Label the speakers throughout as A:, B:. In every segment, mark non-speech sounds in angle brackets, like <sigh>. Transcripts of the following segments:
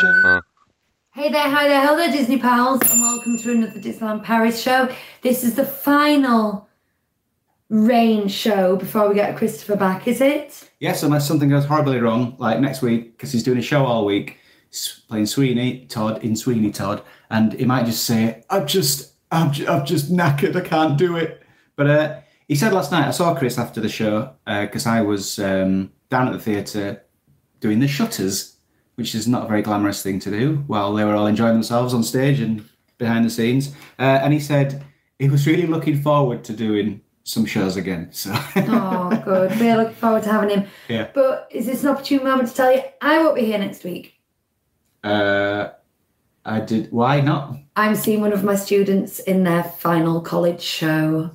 A: Hey there, hi there, hello Disney pals, and welcome to another Disneyland Paris show. This is the final rain show before we get Christopher back, is it?
B: Yes, unless something goes horribly wrong, like next week, because he's doing a show all week, s- playing Sweeney Todd in Sweeney Todd, and he might just say, "I'm just, I'm, ju- I'm just knackered. I can't do it." But uh, he said last night, I saw Chris after the show because I was um, down at the theatre doing the shutters, which is not a very glamorous thing to do, while they were all enjoying themselves on stage and behind the scenes. Uh, and he said he was really looking forward to doing some shows again. So. <laughs>
A: Oh, good. We're looking forward to having him.
B: Yeah.
A: But is this an opportune moment to tell you I won't be here next week?
B: Uh, I did. Why not
A: I'm seeing one of my students in their final college show.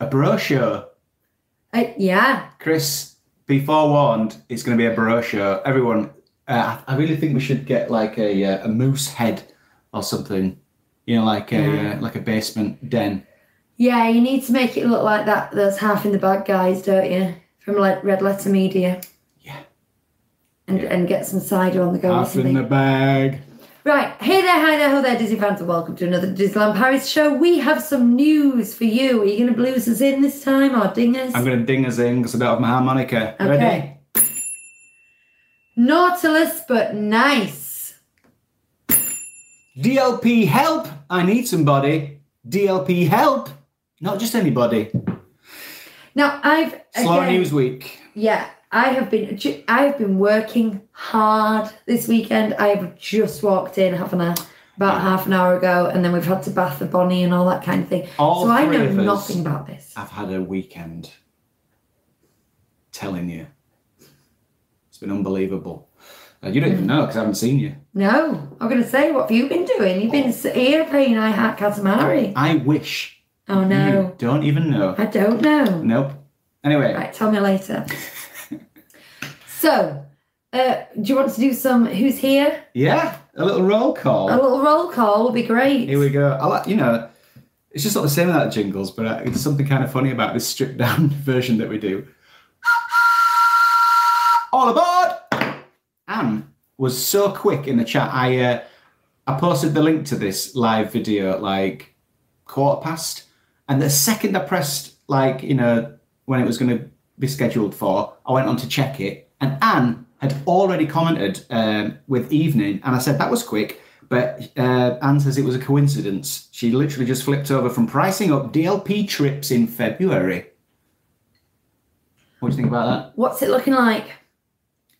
B: a bro show,
A: Uh, yeah,
B: Chris? Be forewarned, it's going to be a bro show. Everyone, uh, I I really think we should get like a uh, a moose head or something. You know, like a
A: Yeah.
B: uh, like a basement den.
A: yeah. You need to make it look like that. Those half in the bag guys, don't you? From like Red Letter Media.
B: Yeah.
A: And
B: Yeah.
A: and get some cider on the go or
B: Half in
A: something.
B: the bag.
A: Right, hey there, hi there, hello there, Disney fans, and welcome to another Disneyland Paris show. We have some news for you. Are you going to blues us in this time or ding us?
B: I'm going to ding a zing because I don't have my harmonica.
A: Okay.
B: Ready?
A: Nautilus, but nice.
B: DLP help! I need somebody. DLP help! Not just anybody.
A: Now I've
B: Slow
A: again-
B: News Week.
A: Yeah, I have been. ju- I have been working hard this weekend. I have just walked in, haven't I? About half an hour ago, and then we've had to bath the Bonnie and all that kind of thing.
B: All
A: so I
B: three
A: know
B: of us.
A: nothing about this.
B: I've had a weekend telling you. It's been unbelievable. Uh, you don't even know because I haven't seen you.
A: No, I'm going to say, what have you been doing? You've been s- here playing I Heart Katamari.
B: I wish
A: Oh
B: you
A: no,
B: don't even know.
A: I don't know.
B: Nope. Anyway,
A: Right, tell me
B: <laughs>
A: later. so, uh, do you want to do some who's here?
B: yeah, a little roll call.
A: A little roll call would be great.
B: Here we go. I like, you know, it's just not the same without jingles, but uh, it's something kind of funny about this stripped down <laughs> version that we do. All aboard! Anne was so quick in the chat. I uh, I posted the link to this live video at like quarter past, and the second I pressed like you know when it was going to be scheduled for, I went on to check it, and Anne had already commented um, with evening, and I said that was quick. But uh, Anne says it was a coincidence. She literally just flipped over from pricing up DLP trips in February. What do you think about that?
A: What's it looking like?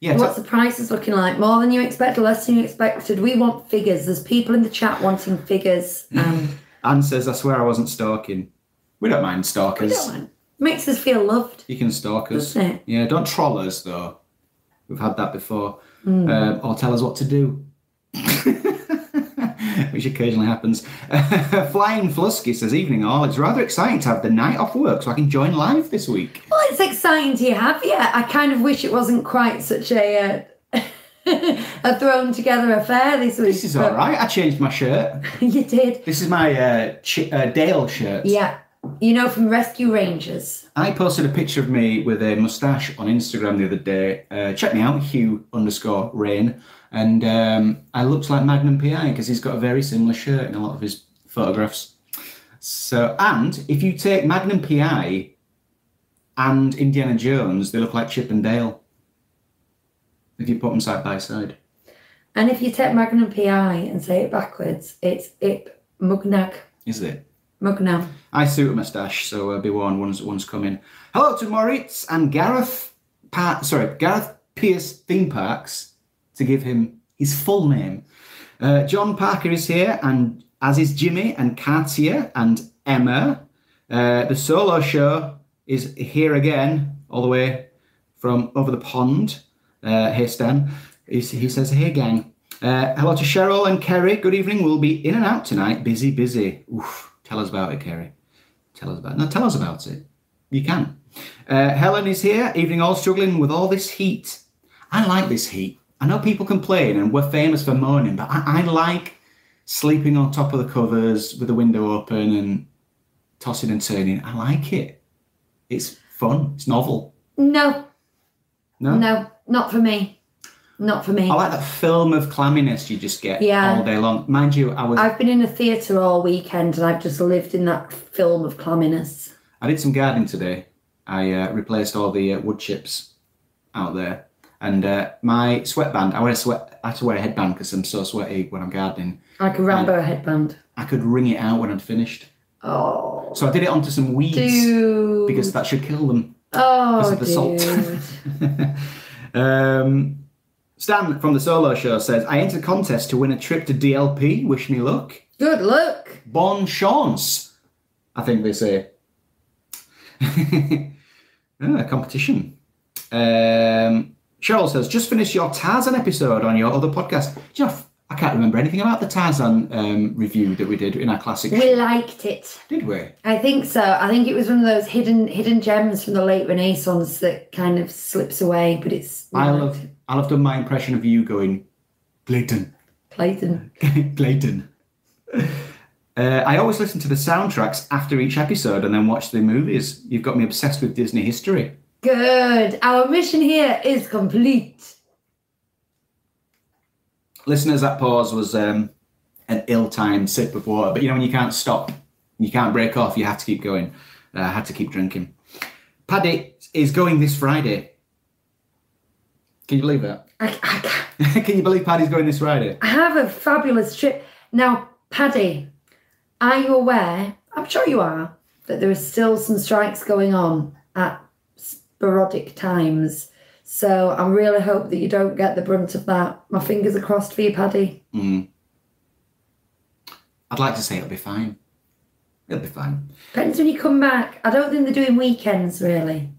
B: Yeah,
A: What's
B: t-
A: the prices looking like? More than you expected, less than you expected. We want figures. There's people in the chat wanting figures.
B: Mm-hmm.
A: Um,
B: Anne says, I swear I wasn't stalking. We don't mind stalkers.
A: don't mind. makes us feel loved.
B: You can stalk us.
A: Doesn't it?
B: Yeah, don't troll us though. We've had that before.
A: Hmm.
B: Um, or tell us what to do. <laughs> Which occasionally happens. <laughs> Flying Flusky says, Evening all. It's rather exciting to have the night off work so I can join live this week.
A: Well, it's exciting to have you. I kind of wish it wasn't quite such a uh, <laughs> a thrown together affair this week.
B: This is
A: but
B: all right. I changed my shirt.
A: <laughs> You did,
B: This is my uh, Ch- uh, Dale shirt.
A: yeah. You know, from Rescue Rangers.
B: I posted a picture of me with a mustache on Instagram the other day. Uh, check me out, Hugh underscore Rain, and um, I looked like Magnum PI because he's got a very similar shirt in a lot of his photographs. So, and if you take Magnum PI and Indiana Jones, they look like Chip and Dale. If you put them side by side,
A: And if you take Magnum PI and say it backwards, it's Ip Mugnag
B: is it?
A: Mugnam.
B: I suit a moustache, so uh, be warned, one's, one's coming. Hello to Moritz and Gareth, pa- sorry, Gareth Pierce Theme Parks, to give him his full name. Uh, John Parker is here, and as is Jimmy and Katia and Emma. Uh, the solo show is here again, all the way from over the pond. Uh, hey, Stan. He, s- he says, hey, gang. Uh, hello to Cheryl and Kerry. Good evening. We'll be in and out tonight. Busy, busy. Oof. Tell us about it, Kerry. Tell us about it. No, tell us about it. You can. Uh, Helen is here. Evening all struggling with all this heat. I like this heat. I know people complain and we're famous for moaning, but I, I like sleeping on top of the covers with the window open and tossing and turning. I like it. It's fun. It's novel.
A: No,
B: No,
A: no, not for me. Not for me.
B: I like that film of clamminess you just get
A: Yeah.
B: all day long. Mind you, I was I,
A: I've been in a theatre all weekend and I've just lived in that film of clamminess.
B: did some gardening today. I uh, replaced all the uh, wood chips out there, and uh, my sweatband. I wear a sweat. I have to wear a headband because I'm so sweaty when I'm gardening.
A: Like a Rambo headband.
B: I could wring it out when I'd finished.
A: Oh,
B: So I did it onto some weeds
A: dude.
B: because that should kill them. <laughs>
A: oh,
B: of the salt.
A: <laughs> dude.
B: Um, Stan from the Solo Show says, I entered a contest to win a trip to DLP. Wish me luck.
A: Good luck.
B: Bon chance, I think they say. <laughs> Ah, competition. Um, Cheryl says, just finished your Tarzan episode on your other podcast. Jeff, I can't remember anything about the Tarzan um, review that we did in our classic.
A: We liked it.
B: Did we?
A: I think so. I think it was one of those hidden hidden gems from the late Renaissance that kind of slips away, but it's
B: I love, I love done my impression of you going, Clayton, <laughs>
A: Clayton.
B: Clayton. Uh, I always listen to the soundtracks after each episode and then watch the movies. You've got me obsessed with Disney history.
A: Good. Our mission here is complete.
B: Listeners, that pause was um, an ill-timed sip of water. But you know when you can't stop, you can't break off. You have to keep going. Uh, I had to keep drinking. Paddy is going this Friday. Can you believe that? <laughs>
A: I, I, can't-
B: Can you believe Paddy's going this Friday?
A: I have a fabulous trip. Now, Paddy, are you aware? I'm sure you are that there are still some strikes going on at sporadic times. So I really hope that you don't get the brunt of that. My fingers are crossed for you, Paddy.
B: Mm. I'd like to say it'll be fine. It'll be fine.
A: Depends when you come back. I don't think they're doing weekends really.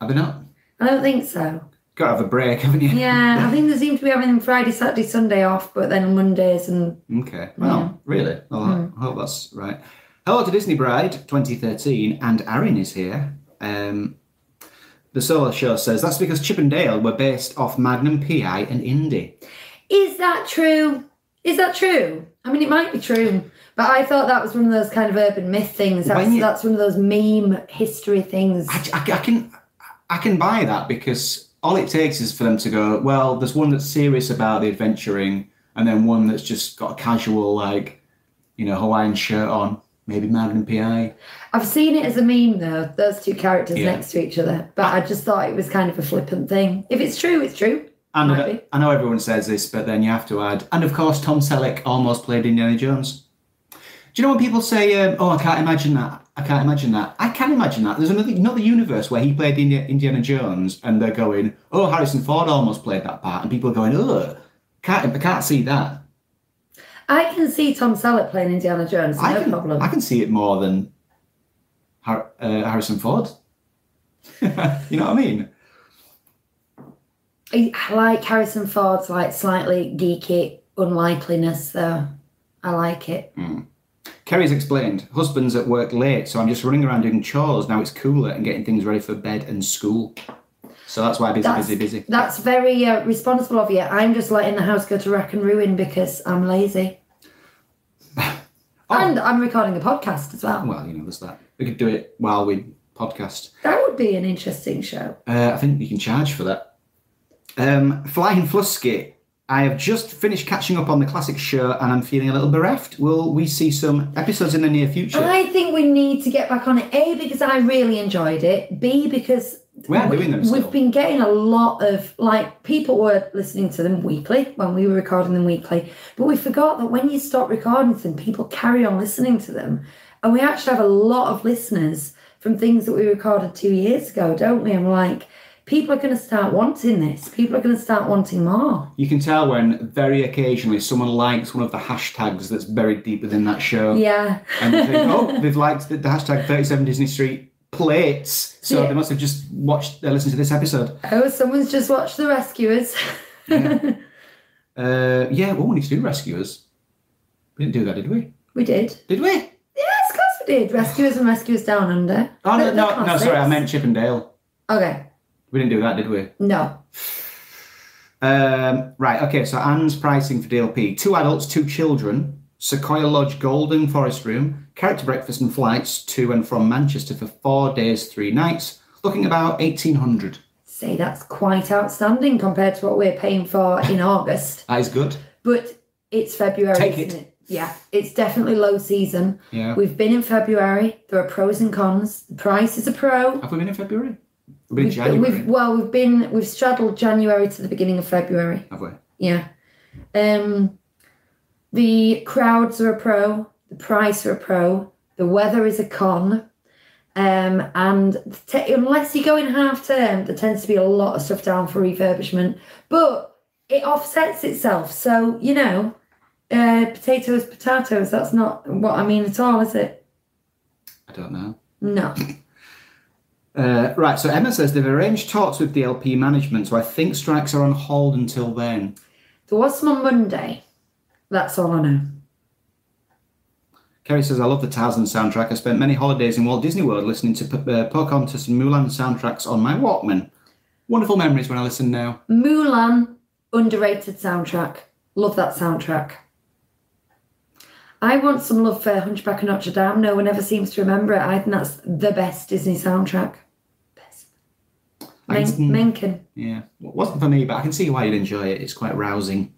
B: Have you not?
A: I don't think so.
B: Got to have a break, haven't you?
A: Yeah, I think they seem to be having them Friday, Saturday, Sunday off, but then Mondays and
B: Okay. Well, really? Well, I hope that's right. Hello to Disney Bride 2013, and Aaron is here. Um, the Solar Show says that's because Chip and Dale were based off Magnum PI and Indy.
A: Is that true? Is that true? I mean, it might be true, but I thought that was one of those kind of urban myth things. That's,
B: When you-
A: that's one of those meme history things.
B: I, I- I can I can buy that because all it takes is for them to go. Well, there's one that's serious about the adventuring, and then one that's just got a casual like, you know, Hawaiian shirt on, maybe Magnum PI.
A: I've seen it as a meme though. Those two characters
B: Yeah.
A: next to each other, but I just thought it was kind of a flippant thing. If it's true, it's true.
B: And
A: Might
B: I know,
A: be.
B: I know everyone says this, but then you have to add, and of course, Tom Selleck almost played Indiana Jones. Do you know when people say, um, "Oh, I can't imagine that. I can't imagine that. I can imagine that." There's another another universe where he played Indi- Indiana Jones, and they're going, "Oh, Harrison Ford almost played that part," and people are going, "Oh, can't I can't see that."
A: I can see Tom Selleck playing Indiana Jones. No
B: I can
A: problem.
B: I can see it more than Har- uh, Harrison Ford. <laughs> you know what I mean?
A: I I like Harrison Ford's like slightly geeky unlikeliness though. I like it.
B: Kerry's explained, husband's at work late, so I'm just running around doing chores. Now it's cooler and getting things ready for bed and school. So that's why busy,
A: That's-
B: busy, busy.
A: That's very uh, responsible of you. I'm just letting the house go to rack and ruin because I'm lazy. And I'm recording a podcast as well.
B: Well, you know, there's that. We could do it while we podcast.
A: That would be an interesting show.
B: Uh, I think you can charge for that. Um, Flying Flusky, I have just finished catching up on the classic show and I'm feeling a little bereft. Will we see some episodes in the near future?
A: I think we need to get back on it. A because I really enjoyed it. B because
B: We are doing them
A: we've
B: still.
A: been getting a lot of like people were listening to them weekly when we were recording them weekly, but we forgot that when you stop recording them, people carry on listening to them, and we actually have a lot of listeners from things that we recorded two years ago, don't we? I'm like, people are going to start wanting this. People are going to start wanting more.
B: You can tell when very occasionally someone likes one of the hashtags that's buried deep within that show.
A: Yeah.
B: and you think, oh, they've liked the, the hashtag 37 Disney Street plates. So
A: Yeah.
B: they must have just watched, they listened to this episode.
A: <laughs> oh, someone's just watched the rescuers.
B: Uh, yeah, well, we need to do Rescuers. We didn't do that, did we?
A: <laughs> we did.
B: Did we?
A: Yes, of course we did. Rescuers and rescuers down under.
B: Oh, no,
A: They're- they're
B: no, no, sorry, I
A: classics.
B: meant Chip and Dale.
A: Okay.
B: We didn't do that, did we?
A: No.
B: Um, right, okay, so Anne's pricing for DLP two adults, two children, Sequoia Lodge Golden Forest Room, character breakfast and flights to and from Manchester for four days, three nights, looking about 1800.
A: Say that's quite outstanding compared to what we're paying for
B: <laughs>
A: in August.
B: That is good.
A: But it's February,
B: Take
A: isn't
B: it.
A: it? Yeah, it's definitely low season.
B: Yeah.
A: We've been in February. There are pros and cons. The price is a pro.
B: Have we been in February? We've been in
A: We've-
B: January.
A: We've, well, we've been we've straddled January to the beginning of February.
B: have we?
A: Yeah. Um, the crowds are a pro. The price are a pro. The weather is a con. Um, and t- unless you go in half term, there tends to be a lot of stuff down for refurbishment. But it offsets itself. So, you know, uh, potatoes, potatoes, that's not what I mean at all, is it?
B: I don't know.
A: No.
B: Uh, right, so Emma says they've arranged talks with DLP management, so I think strikes are on hold until then.
A: There was some on Monday. That's all I know.
B: Kerry says, I love the Tarzan soundtrack. I spent many holidays in Walt Disney World listening to P- uh, Pocahontas and Mulan soundtracks on my Walkman. Wonderful memories when I listen now.
A: Mulan, underrated soundtrack. Love that soundtrack. I want some love for Hunchback of Notre Dame. No one ever seems to remember it. I think that's the best Disney soundtrack. Best.
B: I
A: Men-
B: can-
A: Menken.
B: Yeah, well, it wasn't for me, but I can see why you'd enjoy it. It's quite rousing.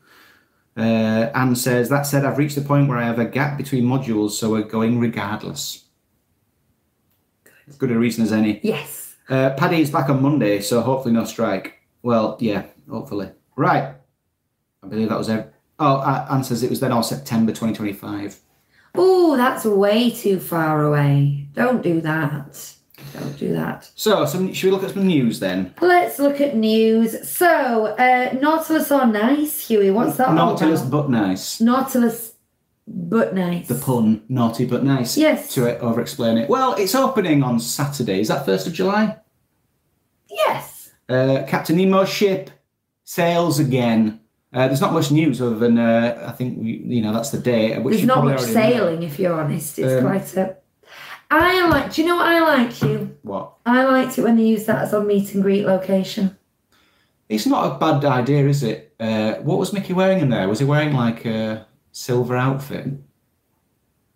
B: Uh, Anne says, That said, I've reached the point where I have a gap between modules, so we're going regardless. As good a reason as any.
A: Yes.
B: Uh, Paddy is back on Monday, so hopefully no strike. Well, yeah, hopefully. Right. I believe that was it. Oh, A- Anne says it was then all September 2025.
A: Oh, that's way too far away. Don't do that. Don't do that.
B: So, some, should we look at some news then?
A: Let's look at news. So, uh, Nautilus are nice, Huey. What's that? all
B: Nautilus
A: about?
B: but nice.
A: Nautilus, but nice.
B: The pun, naughty but nice.
A: Yes.
B: To uh, over explain it. Well, it's opening on Saturday. Is that 1st of July?
A: Yes.
B: Uh, Captain Nemo's ship sails again. Uh, there's not much news other than uh, I think we, you know that's the day. at Which
A: There's
B: you
A: not
B: probably
A: much
B: already know.
A: sailing, if you're honest. It's
B: Um,
A: quite a. I like. Do you know what I like? You.
B: What?
A: I liked it when they used that as a meet and greet location.
B: It's not a bad idea, is it? Uh, what was Mickey wearing in there? Was he wearing like a silver outfit?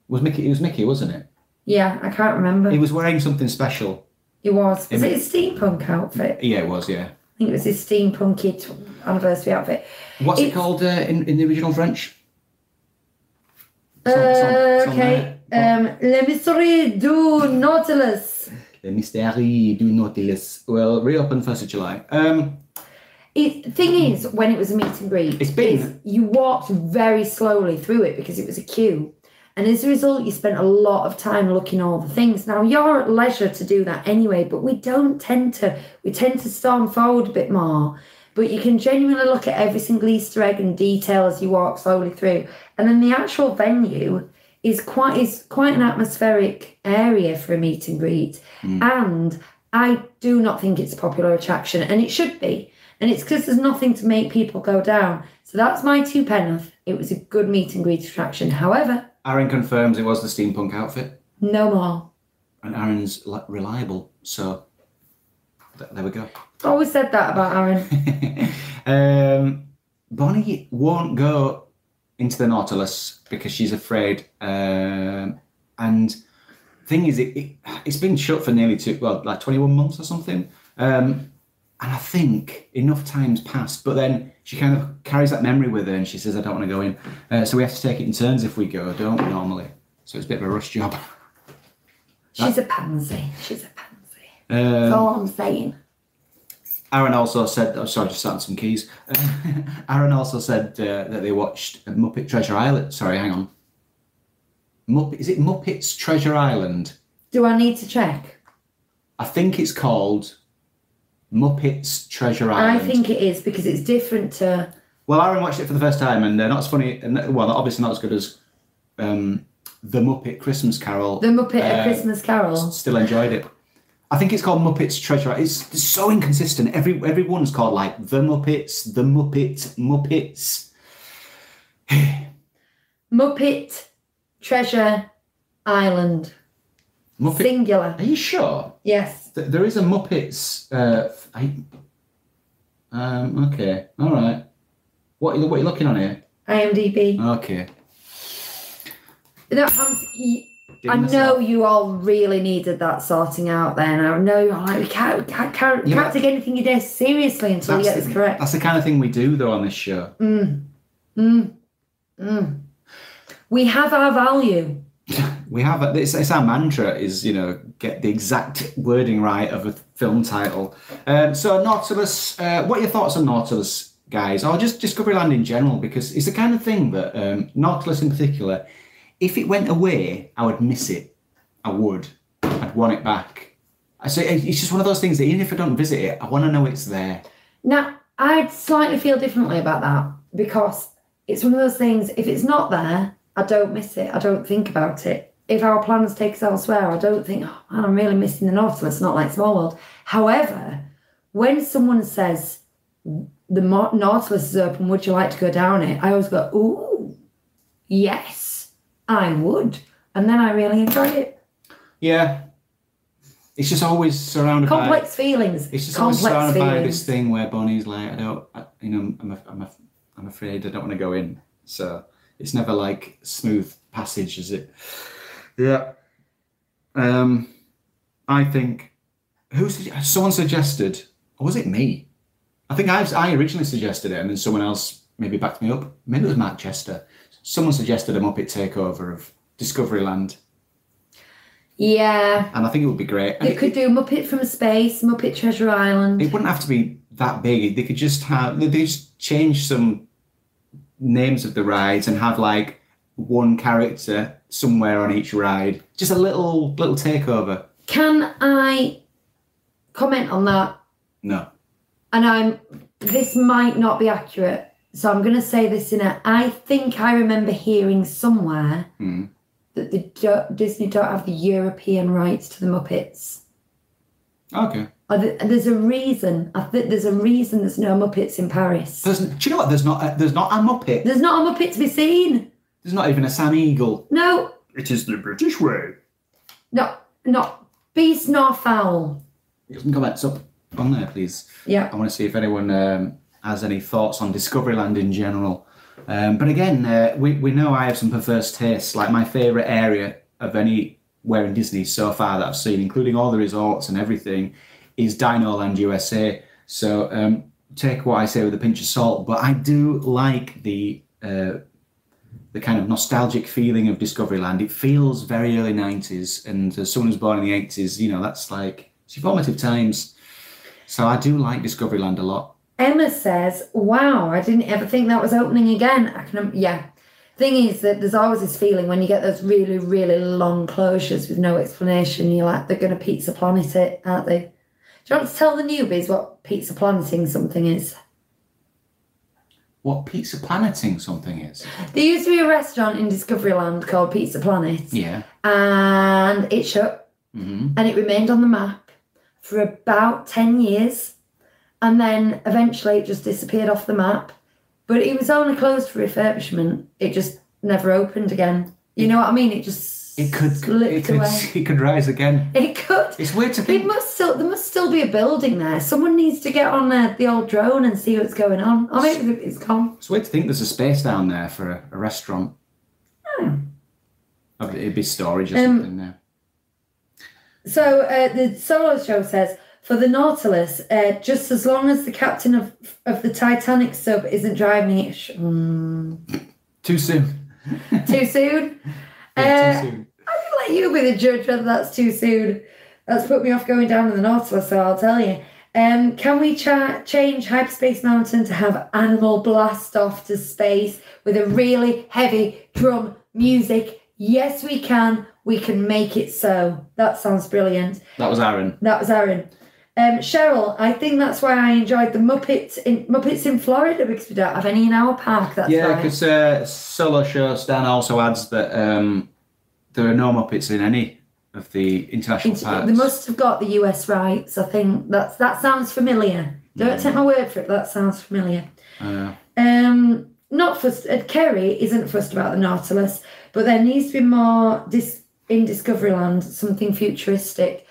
B: Was Mickey? It was Mickey, wasn't it?
A: Yeah, I can't remember.
B: He was wearing something special.
A: It was. Was
B: it-
A: it his steampunk outfit?
B: Yeah, it was. Yeah.
A: I think it was his steampunky t- anniversary outfit.
B: What's it
A: It's-
B: called uh, in, in the original French?
A: Uh,
B: It's on- it's on- it's on
A: okay.
B: there.
A: Um, Le Mystery du Nautilus.
B: Le Mystère du Nautilus. Well, reopen first of July. Um,
A: It thing is, when it was a meet and greet,
B: It's been-
A: is you walked very slowly through it because it was a queue. And as a result, you spent a lot of time looking all the things. Now you're at leisure to do that anyway, but we don't tend to. We tend to storm forward a bit more. But you can genuinely look at every single Easter egg and detail as you walk slowly through. And then the actual venue is quite is quite an atmospheric area for a meet and greet.
B: Mm.
A: And I do not think it's a popular attraction, and it should be. And it's because there's nothing to make people go down. So that's my two penneth. It was a good meet and greet attraction. However,
B: Aaron confirms it was the steampunk outfit,
A: no more.
B: and Aaron's like, reliable. So th- there we go.
A: Always said that about Aaron.
B: um, Bonnie won't go into the Nautilus because she's afraid. Um, and thing is, it, it it's been shut for nearly two, well, like twenty one months or something. Um, and I think enough times passed, but then she kind of carries that memory with her, and she says, "I don't want to go in." Uh, so we have to take it in turns if we go, don't we? Normally, so it's a bit of a rush job. <laughs>
A: She's a pansy. She's a pansy.
B: Um,
A: That's all I'm saying.
B: Aaron also said, oh, sorry, just started some keys. <laughs> Aaron also said uh, that they watched Muppet Treasure Island. Sorry, hang on. Muppet, is it Muppets Treasure Island?
A: Do I need to check?
B: I think it's called Muppets Treasure
A: I
B: Island.
A: think it is because it's different to.
B: Well, Aaron watched it for the first time, and they're not as funny. And uh, well, obviously not as good as um, the Muppet Christmas Carol.
A: The Muppet A
B: Uh,
A: Christmas Carol.
B: Still enjoyed it. I think it's called Muppets Treasure. Island. It's, it's so inconsistent. Every everyone's called like the Muppets, the Muppet, Muppets.
A: Muppet Treasure Island.
B: Muppet.
A: Singular.
B: Are you sure?
A: Yes.
B: Th- There is a Muppets. Uh, f- I, Um, okay. All right. What are you, what are you looking on here?
A: IMDb.
B: Okay.
A: That comes. y-
B: Digging
A: I know
B: myself.
A: you all really needed that sorting out. Then I know you're like we can't we can't, can't,
B: Yeah,
A: can't take anything you do seriously until you get
B: That's
A: this
B: the-
A: correct.
B: That's the kind of thing we do though on this show.
A: Mm. Mm. Mm. We have our value.
B: We have a, it's, it's our mantra is you know get the exact wording right of a film title. Um, so Nautilus, uh, what are your thoughts on Nautilus, guys, or just Discovery Land in general? Because it's the kind of thing that um, Nautilus in particular, if it went away, I would miss it. I would. I'd want it back. I say it's just one of those things that even if I don't visit it, I want to know it's there.
A: Now, I'd slightly feel differently about that because it's one of those things, if it's not there, I don't miss it. I don't think about it. If our plans take us elsewhere, I don't think, oh man, I'm really missing the North, so it's not like Small World. However, when someone says the Mo- Nautilus is open, would you like to go down it? I always go, ooh, yes, I would. And then I really enjoy it.
B: Yeah. It's just always surrounded by
A: Complex feelings.
B: It's just always
A: complex
B: surrounded by
A: feelings.
B: this thing where Bonnie's like, I don't, I, you know, I'm, af- I'm, af- I'm afraid I don't want to go in. So it's never like smooth passage, is it? Yeah. Um, I think who sug- someone suggested, or was it me? I think I, I originally suggested it, and then someone else maybe backed me up. Maybe it was Matt Chester. Someone suggested a Muppet takeover of Discoveryland,
A: Yeah.
B: and I think it would be great. And
A: They could do Muppet from Space, Muppet Treasure Island.
B: It wouldn't have to be that big. They could just have they they just change some names of the rides and have like one character somewhere on each ride. Just a little little takeover.
A: Can I comment on that?
B: No.
A: And I'm this might not be accurate, so I'm going to say this in a. I think I remember hearing somewhere
B: Hmm.
A: that the do- Disney don't have the European rights to the Muppets.
B: Okay.
A: Or th- There's a reason. I think there's a reason there's no Muppets in Paris.
B: There's, do you know what? There's not a, there's not a Muppet.
A: There's not a Muppet to be seen.
B: There's not even a Sam Eagle.
A: No,
B: It is the British way.
A: not not beast nor fowl.
B: Some comments up on there, please.
A: Yeah.
B: I want to see if anyone um, has any thoughts on Discoveryland in general. Um, but again, uh, we, we know I have some perverse tastes. Like my favourite area of anywhere in Disney so far that I've seen, including all the resorts and everything, is Dinoland USA. So um, take what I say with a pinch of salt. But I do like the uh, the kind of nostalgic feeling of Discoveryland. It feels very early '90s, and as someone who's born in the '80s, you know that's like it's your formative times. So I do like Discoveryland a lot.
A: Emma says, "Wow, I didn't ever think that was opening again." I can, yeah. Thing is that there's always this feeling when you get those really, really long closures with no explanation. You're like, they're going to pizza planet it, aren't they? Do you want to tell the newbies what pizza planeting something is?
B: What pizza planeting something is?
A: There used to be a restaurant in Discoveryland called Pizza Planet,
B: Yeah.
A: and it shut
B: hmm
A: and it remained on the map for about 10 years and then eventually it just disappeared off the map but it was only closed for refurbishment it just never opened again you know what i mean it just
B: It could. It
A: slipped
B: could.
A: away
B: <laughs> It could rise again.
A: <laughs> it could
B: It's weird to
A: it
B: think.
A: must still there must still be a building there someone needs to get on uh, the old drone and see what's going on or maybe it's gone
B: It's weird to think there's a space down there for a, a restaurant. Oh, It'd be storage or
A: Hmm. Um,
B: something there.
A: So uh, the solo show says for the Nautilus, uh, just as long as the captain of of the Titanic sub isn't driving it sh- mm,
B: Too soon.
A: too soon.
B: Yeah,
A: Uh,
B: too soon.
A: I'll let you be the judge whether that's too soon. That's put me off going down in the Nautilus, so I'll tell you. Um, can we cha- change Hyperspace Mountain to have Animal Blast Off to space with a really heavy drum music? Yes, we can. We can make it so. That sounds brilliant.
B: That was Aaron.
A: That was Erin. Um, Cheryl, I think that's why I enjoyed the Muppets in Muppets in Florida because we don't have any in our park. That's
B: Yeah,
A: right.
B: because uh, Solo Show Stan also adds that um, there are no Muppets in any of the international
A: It's-
B: parks.
A: they must have got the US rights. I think that's that sounds familiar. Don't take my word for it. That sounds familiar.
B: Uh,
A: Um, not fussed. Uh, Kerry isn't fussed about the Nautilus, but there needs to be more dis- in Discoveryland. Something futuristic.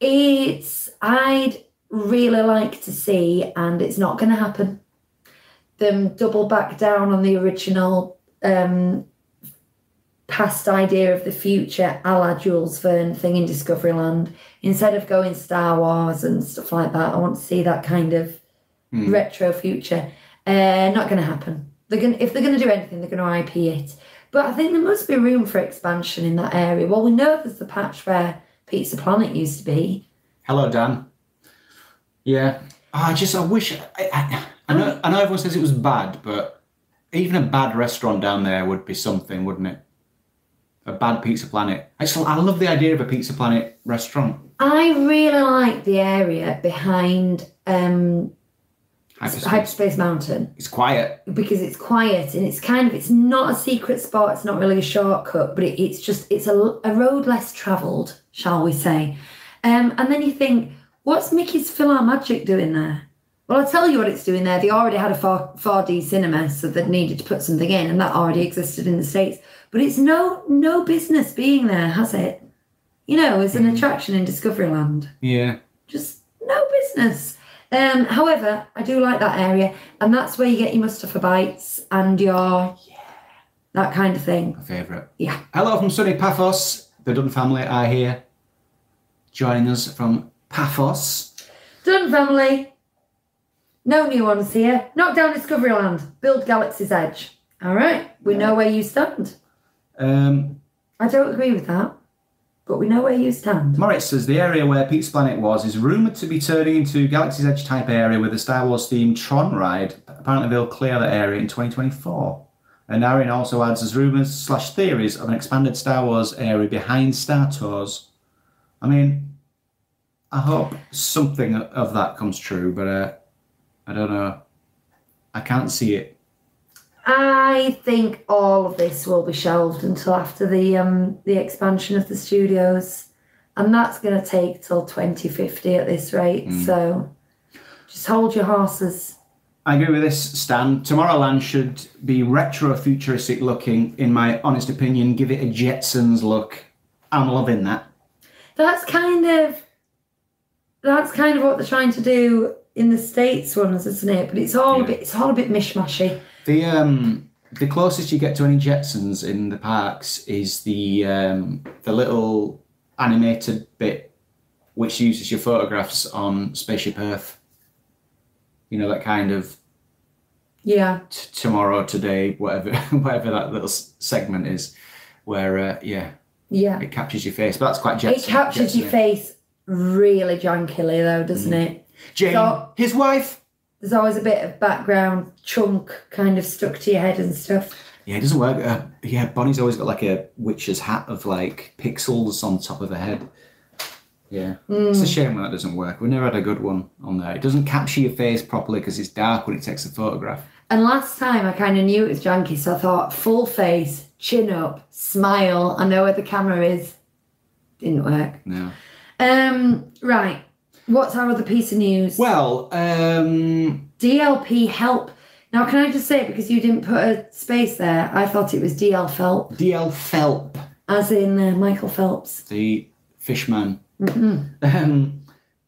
A: It's I'd really like to see, and it's not going to happen. Them double back down on the original um, past idea of the future, a la Jules Verne thing in Discoveryland, instead of going Star Wars and stuff like that. I want to see that kind of
B: Hmm.
A: retro future. Uh, not going to happen. They're going to if they're going to do anything, they're going to IP it. But I think there must be room for expansion in that area. Well, we know there's the patch where Pizza Planet used to be.
B: Hello, Dan. Yeah. Oh, I just I wish I, I, I know I know everyone says it was bad, but even a bad restaurant down there would be something, wouldn't it? A bad Pizza Planet. I just I love the idea of a Pizza Planet restaurant.
A: I really like the area behind um,
B: Hyperspace.
A: Hyperspace Mountain.
B: It's quiet.
A: because it's quiet and it's kind of it's not a secret spot it's not really a shortcut but it, it's just it's a, a road less traveled shall we say um, and then you think what's mickey's Philhar magic doing there well i'll tell you what it's doing there they already had a 4, 4d cinema so they needed to put something in and that already existed in the states but it's no no business being there has it you know it's an attraction in discoveryland
B: Yeah.
A: just no business. Um, however, I do like that area, and that's where you get your Mustafa bites and your that kind of thing.
B: My favourite.
A: Yeah.
B: Hello from sunny Paphos. The Dunn family are here. Joining us from Paphos.
A: Done, family. No new ones here. Knock down Discoveryland. Build Galaxy's Edge. All right, we know where you stand.
B: Um,
A: I don't agree with that, but we know where you stand.
B: Moritz says the area where Pete's Planet was is rumoured to be turning into Galaxy's Edge type area with a Star Wars themed Tron ride. Apparently, they'll clear that area in 2024. And Arian also adds as rumours slash theories of an expanded Star Wars area behind Star Tours. I mean, I hope something of that comes true, but uh, I don't know. I can't see it.
A: I think all of this will be shelved until after the um the expansion of the studios, and that's going to take till twenty fifty at this rate. So, just hold your horses.
B: I agree with this, Stan. Tomorrowland should be retro futuristic looking, in my honest opinion. Give it a Jetsons look. I'm loving that.
A: That's kind of that's kind of what they're trying to do in the states ones, isn't it? But it's all a bit it's all a bit mishmashy.
B: The um the closest you get to any Jetsons in the parks is the um the little animated bit which uses your photographs on Spaceship Earth. You know that kind of
A: Yeah,
B: t- tomorrow, today, whatever, <laughs> whatever that little s- segment is, where uh, yeah,
A: yeah.
B: it captures your face. But that's quite Jetson.
A: It captures your
B: Jetsony.
A: face really jankily though, doesn't it?
B: Jane,
A: So-
B: his wife.
A: There's always a bit of background chunk kind of stuck to your head and stuff.
B: Yeah, it doesn't work. Uh, yeah, Bonnie's always got like a witch's hat of like pixels on top of her head. Yeah, it's a shame when that doesn't work. We never had a good one on there. It doesn't capture your face properly because it's dark when it takes a photograph.
A: And last time I kind of knew it was janky, so I thought full face, chin up, smile. I know where the camera is. Didn't work.
B: No.
A: Um, right. What's our other piece of news?
B: Well, um,
A: DLP help. Now, can I just say it because you didn't put a space there? I thought it was DL Phelps,
B: DL Phelp,
A: as in uh, Michael Phelps.
B: the fishman. Um,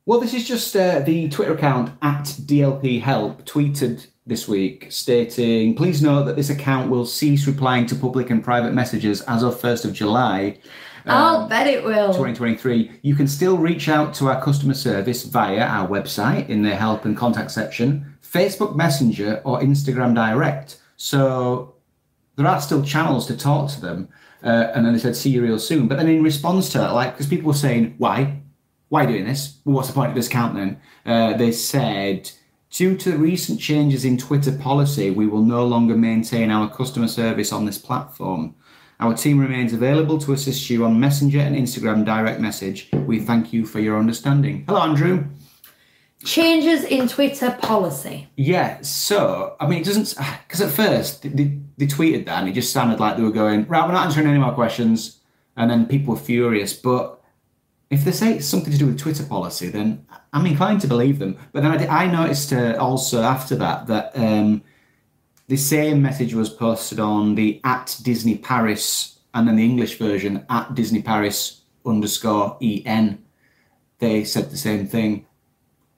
B: well, this is just uh, the Twitter account at DLP Help tweeted this week stating, please note that this account will cease replying to public and private messages as of 1st of July.
A: I'll bet it will.
B: 2023, you can still reach out to our customer service via our website in the help and contact section, Facebook Messenger, or Instagram Direct. So there are still channels to talk to them. Uh, and then they said, see you real soon. But then in response to that, like, because people were saying, why? Why doing this? Well, what's the point of this count then? Uh, they said, due to the recent changes in Twitter policy, we will no longer maintain our customer service on this platform. Our team remains available to assist you on Messenger and Instagram direct message. We thank you for your understanding. Hello, Andrew.
A: Changes in Twitter policy.
B: Yeah, so, I mean, it doesn't, <sighs> because at first they, they, they tweeted that and it just sounded like they were going, right, we're not answering any more questions. And then people were furious. But if they say it's something to do with Twitter policy, then I'm inclined to believe them. But then I, did- I noticed uh, also after that that um, the same message was posted on the at Disney Paris and then the English version at E Disney Paris underscore en. They said the same thing.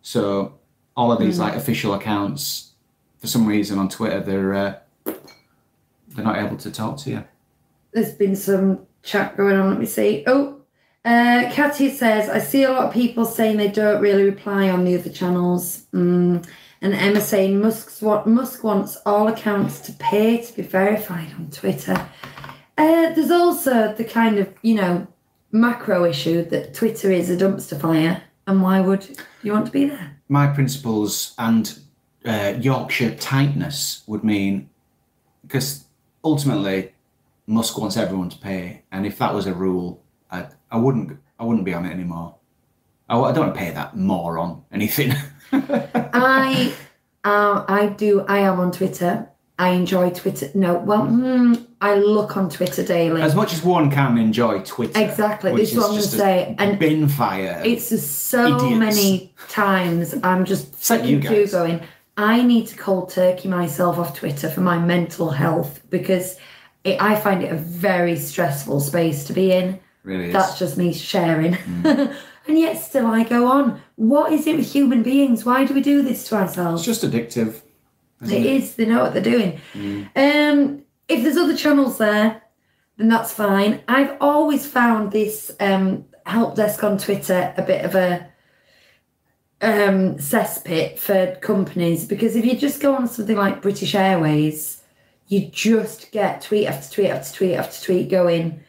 B: So all of these
A: Hmm.
B: like official accounts, for some reason on Twitter, they're uh, they're not able to talk to you.
A: There's been some chat going on. Let me see. Oh, uh, Katia says, I see a lot of people saying they don't really reply on the other channels. Mm. And Emma saying Musk's what Musk wants all accounts to pay to be verified on Twitter. Uh, there's also the kind of you know macro issue that Twitter is a dumpster fire, and why would you want to be there?
B: my principles and uh, Yorkshire tightness would mean because ultimately Musk wants everyone to pay, and if that was a rule, I, I wouldn't I wouldn't be on it anymore. I, I don't want to pay that moron anything. <laughs>
A: I, uh, I do. I am on Twitter. I enjoy Twitter. No, well, mm, I look on Twitter daily.
B: as much as one can enjoy Twitter,
A: Exactly,
B: which
A: this is what I'm
B: just
A: gonna say,
B: a
A: and
B: bin fire.
A: It's just so
B: Idiots.
A: many times I'm just
B: It's like you
A: freaking through
B: guys.
A: going, I need to cold turkey myself off Twitter for my mental health because it, I find it a very stressful space to be in.
B: really is. Mm.
A: That's just me sharing. <laughs> and yet still I go on. What is it with human beings? Why do we do this to ourselves?
B: It's just addictive.
A: It
B: isn't it?
A: is. They know what they're doing.
B: Mm.
A: Um, if there's other channels there, then that's fine. I've always found this um, help desk on Twitter a bit of a um, cesspit for companies because if you just go on something like British Airways, you just get tweet after tweet after tweet after tweet going.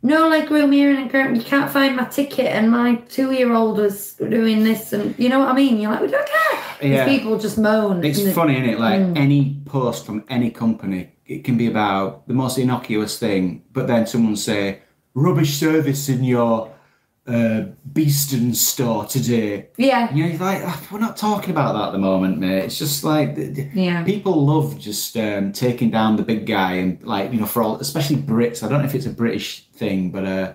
A: No leg room here, and Grant, you can't find my ticket, and my two-year-old was doing this, and you know what I mean. You're like, we don't care. These
B: Yeah.
A: people just moan.
B: It's
A: and they-
B: funny, isn't it? Like
A: Mm.
B: any post from any company, it can be about the most innocuous thing, but then someone say rubbish service in your uh, Beeston store today.
A: Yeah.
B: You know, you're like, "Ah, we're not talking about that at the moment, mate. It's just like th- th-
A: Yeah.
B: people love just um, taking down the big guy and like you know, for all especially Brits. I don't know if it's a British thing, but uh,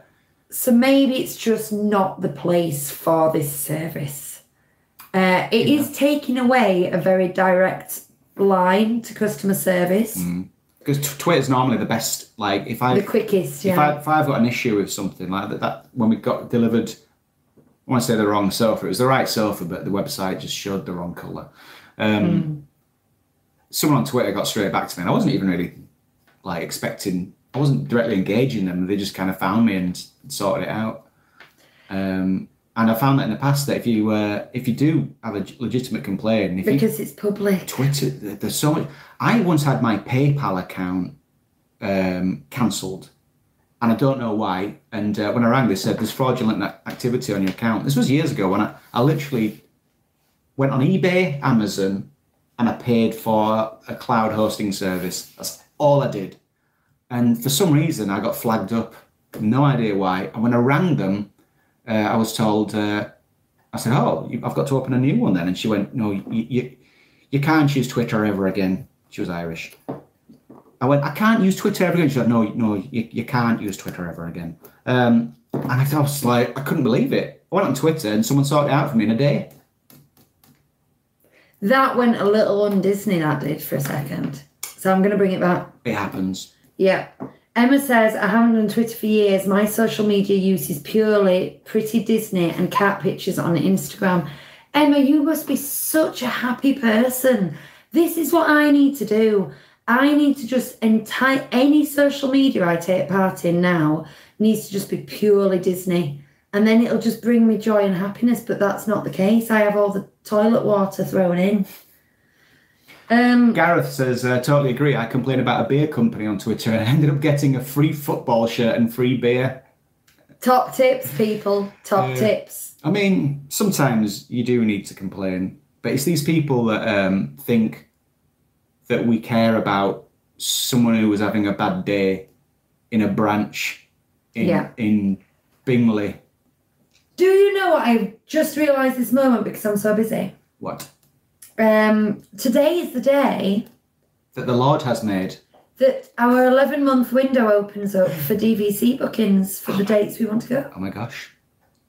A: So maybe it's just not the place for this service. Uh, it is taking away a very direct line to customer service,
B: Mm. because t- Twitter's normally the best. Like if I
A: the quickest.
B: if, I,
A: Yeah.
B: if I've got an issue with something like that, that when we got delivered, I want to say the wrong sofa. It was the right sofa, but the website just showed the wrong color. Um, Someone on Twitter got straight back to me, and I wasn't even really like expecting. I wasn't directly engaging them. They just kind of found me and sorted it out. Um, and I found that in the past that if you uh, if you do have a leg- legitimate complaint, if you
A: because it's public.
B: Twitter, there- there's so much. I once had my PayPal account um, cancelled, and I don't know why. And uh, when I rang, they said there's fraudulent ac- activity on your account. This was years ago when I, I literally went on eBay, Amazon, and I paid for a cloud hosting service. That's all I did. And for some reason, I got flagged up. No idea why. And when I rang them, uh, I was told, uh, I said, "Oh, you- I've got to open a new one then." And she went, "No, you, you, you can't use Twitter ever again." She was Irish. I went, "I can't use Twitter ever again." She said, "No, no, you, you can't use Twitter ever again." Um, and I was like, I couldn't believe it. I went on Twitter and someone sorted it out for me in a day.
A: That went a little on Disney, that did for a second. So I'm going to bring it back.
B: It happens.
A: Yeah. Emma says, I haven't done Twitter for years. My social media use is purely pretty Disney and cat pictures on Instagram. Emma, you must be such a happy person. This is what I need to do. I need to just entire any social media I take part in now needs to just be purely Disney. And then it'll just bring me joy and happiness, but that's not the case. I have all the toilet water thrown in. Um
B: Gareth says, uh, "Totally agree. I complained about a beer company on Twitter and ended up getting a free football shirt and free beer."
A: top tips, people, top tips.
B: I mean, sometimes you do need to complain, but it's these people that um, think that we care about someone who was having a bad day in a branch in
A: Yeah.
B: in Bingley.
A: Do you know what I've just realised this moment because I'm so busy?
B: What?
A: Um, today is the day
B: That the Lord has made.
A: that our 11 month window opens up for DVC bookings for the dates we want to go.
B: Oh my gosh.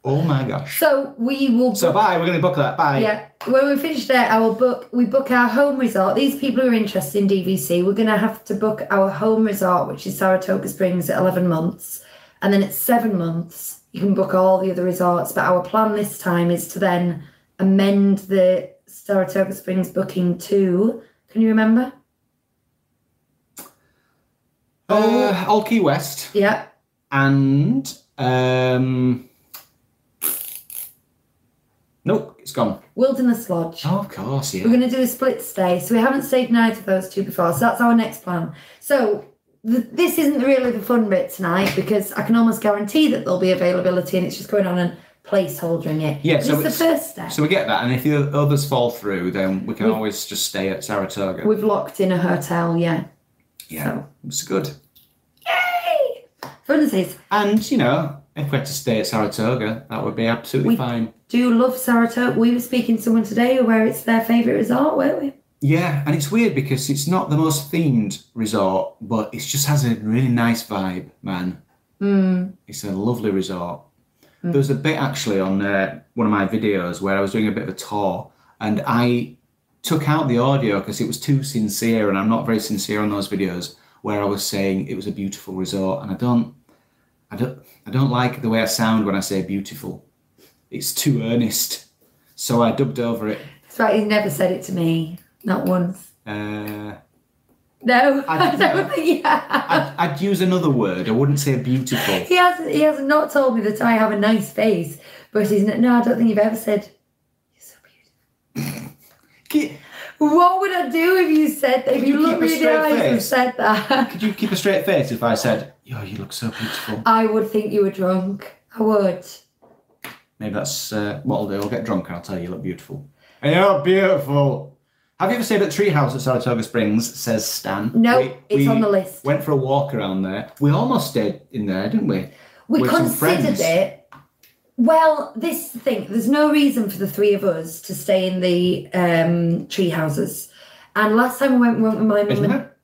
B: Oh my gosh.
A: So we will.
B: So bye. We're going to book that. Bye.
A: Yeah, when we finish there, our book we book our home resort. These people who are interested in DVC, we're gonna have to book our home resort, which is Saratoga Springs, at eleven months, and then at seven months you can book all the other resorts. But our plan this time is to then amend the Saratoga Springs booking to, can you remember?
B: Uh, Old Key West
A: Yeah.
B: and um, nope, it's gone.
A: Wilderness Lodge.
B: Oh, of course,
A: We're
B: yeah.
A: going to do a split stay. So we haven't stayed neither of those two before. So that's our next plan. So th- this isn't really the fun bit tonight because I can almost guarantee that there'll be availability and it's just going on and placeholdering it.
B: Yeah,
A: But
B: so
A: it's the
B: it's-
A: first step.
B: So we get that, and if the others fall through, then we can
A: We've-
B: always just stay at Saratoga.
A: We've locked in a hotel, yeah.
B: yeah, it's good.
A: Fun is,
B: And you know, if we had to stay at Saratoga, that would be absolutely
A: We-
B: fine.
A: do you love Saratoga? We were speaking to someone today where it's their favourite resort, weren't we?
B: Yeah, and it's weird because it's not the most themed resort, but it just has a really nice vibe, man.
A: Mm.
B: It's a lovely resort. There was a bit actually on uh, one of my videos where I was doing a bit of a tour and I took out the audio because it was too sincere and I'm not very sincere on those videos where I was saying it was a beautiful resort and I don't I don't I don't like the way I sound when I say beautiful. It's too earnest. So I dubbed over it.
A: That's right, he never said it to me. Not once.
B: Uh,
A: No, I, <laughs>
B: I
A: don't
B: don't know.
A: think he has.
B: I'd, I'd use another word. I wouldn't say beautiful.
A: He has he has not told me that I have a nice face, but he's n- no, I don't think you've ever said you're so beautiful.
B: Ki-
A: What would I do if you said that? If
B: Would
A: you
B: you
A: looked
B: keep
A: me
B: a
A: in the eyes
B: straight
A: and
B: face?
A: said that, <laughs>
B: Could you keep a straight face if I said, "Yo, you look so beautiful"?
A: I would think you were drunk. I would.
B: Maybe that's uh, what I'll do. I'll get drunk and I'll tell you you look beautiful. And you're beautiful. Have you ever stayed at Treehouse at Saratoga Springs? Says Stan.
A: No,
B: We-
A: it's
B: we
A: on the list.
B: Went for a walk around there. We almost stayed in there, didn't we?
A: We
B: with some
A: considered
B: friends.
A: it. Well, this thing, there's no reason for the three of us to stay in the um, tree houses. And last time we went, we went with my mum.
B: Isn't
A: and-
B: it?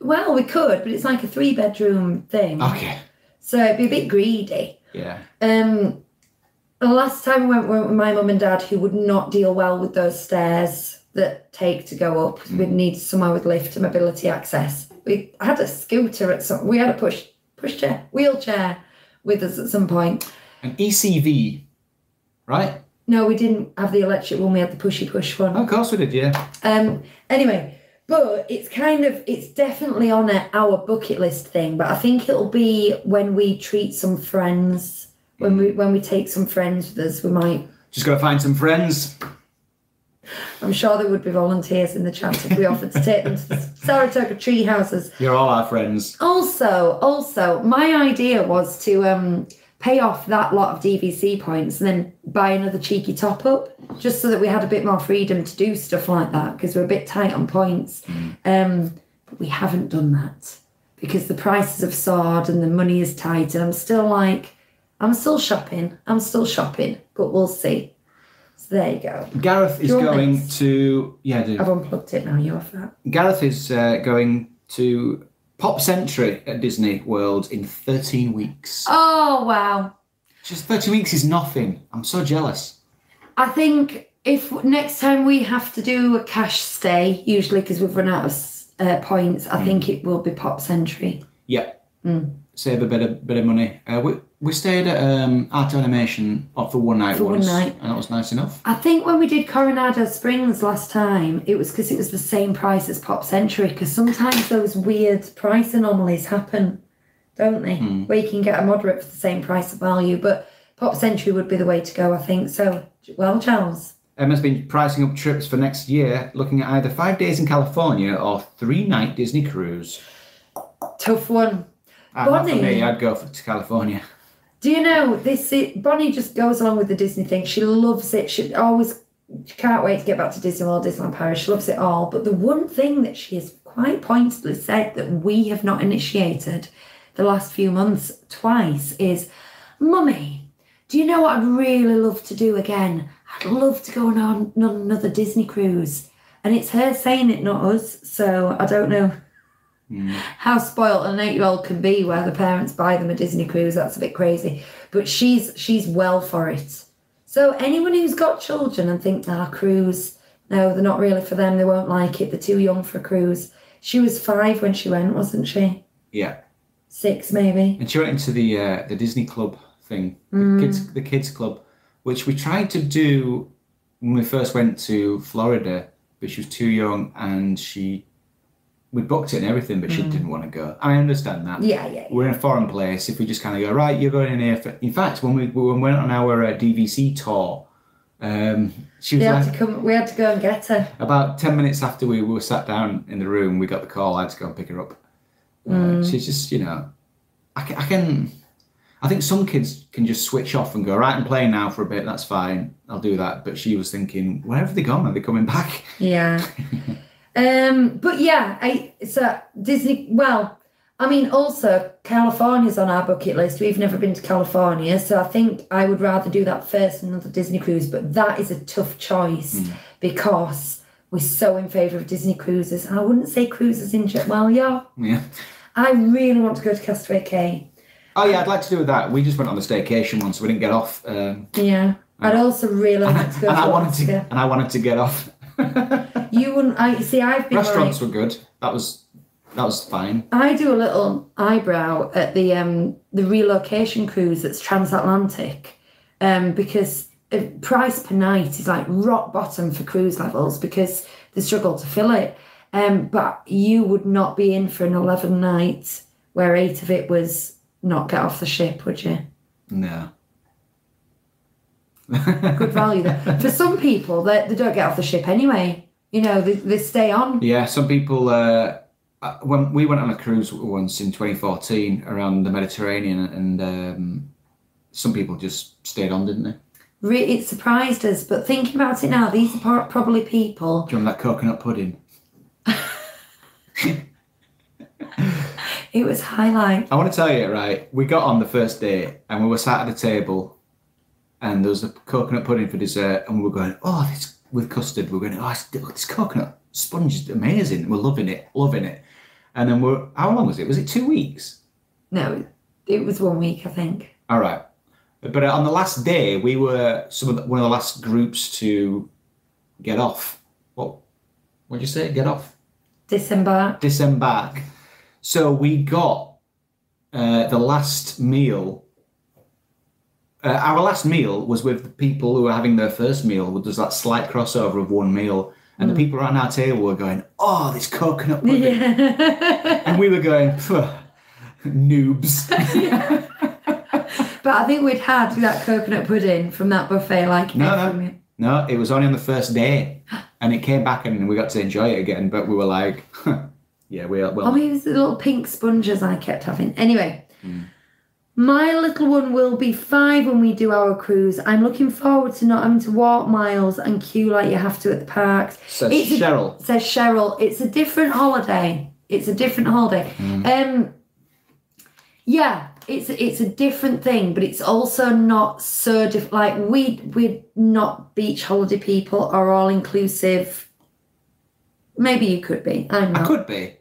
A: Well, we could, but it's like a three bedroom thing.
B: Okay.
A: So it'd be a bit greedy.
B: Yeah.
A: Um, the last time we went, went with my mum and dad, who would not deal well with those stairs that take to go up. We'd need somewhere with lift and mobility access. We had a scooter at some. We had a push pushchair, wheelchair, with us at some point.
B: An ECV, right?
A: No, we didn't have the electric one. We had the pushy push one.
B: Oh, of course we did. Yeah.
A: Um. Anyway, but it's kind of it's definitely on a, our bucket list thing. But I think it'll be when we treat some friends. When we when we take some friends with us, we might
B: Just gotta find some friends.
A: I'm sure there would be volunteers in the chat if we offered to take them to the Saratoga tree houses.
B: You're all our friends.
A: Also, also, my idea was to um, pay off that lot of DVC points and then buy another cheeky top up, just so that we had a bit more freedom to do stuff like that because we're a bit tight on points. Um, but we haven't done that because the prices have soared and the money is tight, and I'm still like, I'm still shopping, I'm still shopping, but we'll see. So there you go.
B: Gareth is
A: You're
B: going
A: next.
B: to yeah. Do.
A: I've unplugged it now. You have that.
B: Gareth is uh, going to Pop Century at Disney World in 13 weeks.
A: Oh wow!
B: Just 13 weeks is nothing. I'm so jealous.
A: I think if next time we have to do a cash stay, usually because we've run out of s- uh, points, I think it will be Pop Century.
B: Yeah.
A: Hmm.
B: Save a bit of bit of money. Uh, we we stayed at um, Art Animation up for one night
A: For one
B: once,
A: night.
B: and that was nice enough.
A: I think when we did Coronado Springs last time, it was because it was the same price as Pop Century. Because sometimes those weird price anomalies happen, don't they? Where you can get a moderate for the same price of value, but Pop Century would be the way to go, I think. So, well, Charles,
B: Emma's been pricing up trips for next year, looking at either five days in California or three night Disney cruise.
A: tough one.
B: Uh, not for
A: Bonnie.
B: me, I'd go for, to California.
A: Do you know this? i Bonnie just goes along with the Disney thing. She loves it. She always she can't wait to get back to Disney World, Disneyland Paris. She loves it all. But the one thing that she has quite pointedly said that we have not initiated the last few months twice is, "Mummy, do you know what I'd really love to do again? I'd love to go on, on another Disney cruise." And it's her saying it, not us. So I don't know how spoilt an eight-year-old can be where the parents buy them a Disney cruise. That's a bit crazy, but she's she's well for it. So anyone who's got children and thinks, ah, cruise, no, they're not really for them. They won't like it. They're too young for a cruise. She was five when she went, wasn't she?
B: Yeah.
A: Six maybe.
B: And she went into the uh,
A: Mm.
B: the Disney Club thing, the kids the kids club, which we tried to do when we first went to Florida, but she was too young and she we booked it and everything, but she didn't want to go. I understand that.
A: Mm. Yeah, yeah, yeah.
B: We're in a foreign place. If we just kind of go right, you're going in here. For... In fact, when we when we went on our uh, DVC tour, um, she was
A: They had
B: like,
A: to come. We had to go and get her.
B: about 10 minutes after we were sat down in the room, we got the call. I had to go and pick her up. Uh, she's just, you know, I can, I can, I think some kids can just switch off and go, right, I'm playing now for a bit. That's fine. I'll do that. But she was thinking, where have they gone? Are they coming back? <laughs>
A: Yeah. um. But yeah, I so Disney. Well, I mean, also California's on our bucket list. We've never been to California, so I think I would rather do that first than another Disney cruise. But that is a tough choice
B: Hmm.
A: because we're so in favour of Disney cruises, and I wouldn't say cruises in general. Well, yeah,
B: Yeah.
A: I really want to go to Castaway Cay.
B: Oh, yeah, I'd like to do that. We just went on a staycation once, so we didn't get off. Um,
A: Yeah. I'd also really like to
B: <laughs>
A: go
B: and
A: to
B: I wanted to,
A: Alaska.
B: and I wanted to get off.
A: You wouldn't. I see. I've been like,
B: Restaurants were good. That was, that was fine.
A: I do a little eyebrow at the um the relocation cruise that's transatlantic, um because uh, price per night is like rock bottom for cruise levels because they struggle to fill it. Um, but you would not be in for an eleven night where eight of it was not get off the ship, would you?
B: No.
A: Good value there. for some people, they they don't get off the ship anyway. You know, they, they stay on.
B: Yeah, some people. Uh, uh, when we went on a cruise once in 2014 around the Mediterranean, and um, some people just stayed on, didn't they?
A: Re- it surprised us, but thinking about it now, these are pro- probably people
B: Do you remember that coconut pudding?
A: It was highlight.
B: I want to tell you, right? We got on the first day, and we were sat at a table, and there was a coconut pudding for dessert, and we were going, "Oh, this with custard." We We're going, "Oh, it's, look, this coconut sponge is amazing. We're loving it, loving it." And then we're how long was it? Was it two weeks?
A: No, it was one week, I think.
B: All right. But uh, on the last day, we were some of the, one of the last groups to get off. What? What'd you say? Get off?
A: <laughs> Disembark.
B: Disembark. So we got uh, the last meal. Uh, our last meal was with the people who were having their first meal. There's that slight crossover of one meal, and the people around our table were going, "Oh, this coconut
A: <laughs>
B: pudding,"
A: Yeah.
B: and we were going, "Phew, "Noobs."
A: but I think we'd had that coconut pudding from that buffet, like
B: No,
A: every
B: no,
A: meal.
B: no. It was only on the
A: <gasps>
B: first day, and it came back, and we got to enjoy it again. But we were like, <laughs> yeah, we are.
A: Oh,
B: Well,
A: maybe it was the little pink sponges I kept having. Anyway,
B: Hmm.
A: my little one will be five when we do our cruise. I'm looking forward to not having to walk miles and queue like you have to at the parks.
B: says
A: It's a-
B: Cheryl.
A: says Cheryl, it's a different holiday. It's a different holiday. Um, yeah, it's it's a different thing, but it's also not so diff- like we we're not beach holiday people or all inclusive. Maybe you could be. I'm
B: I
A: not.
B: could be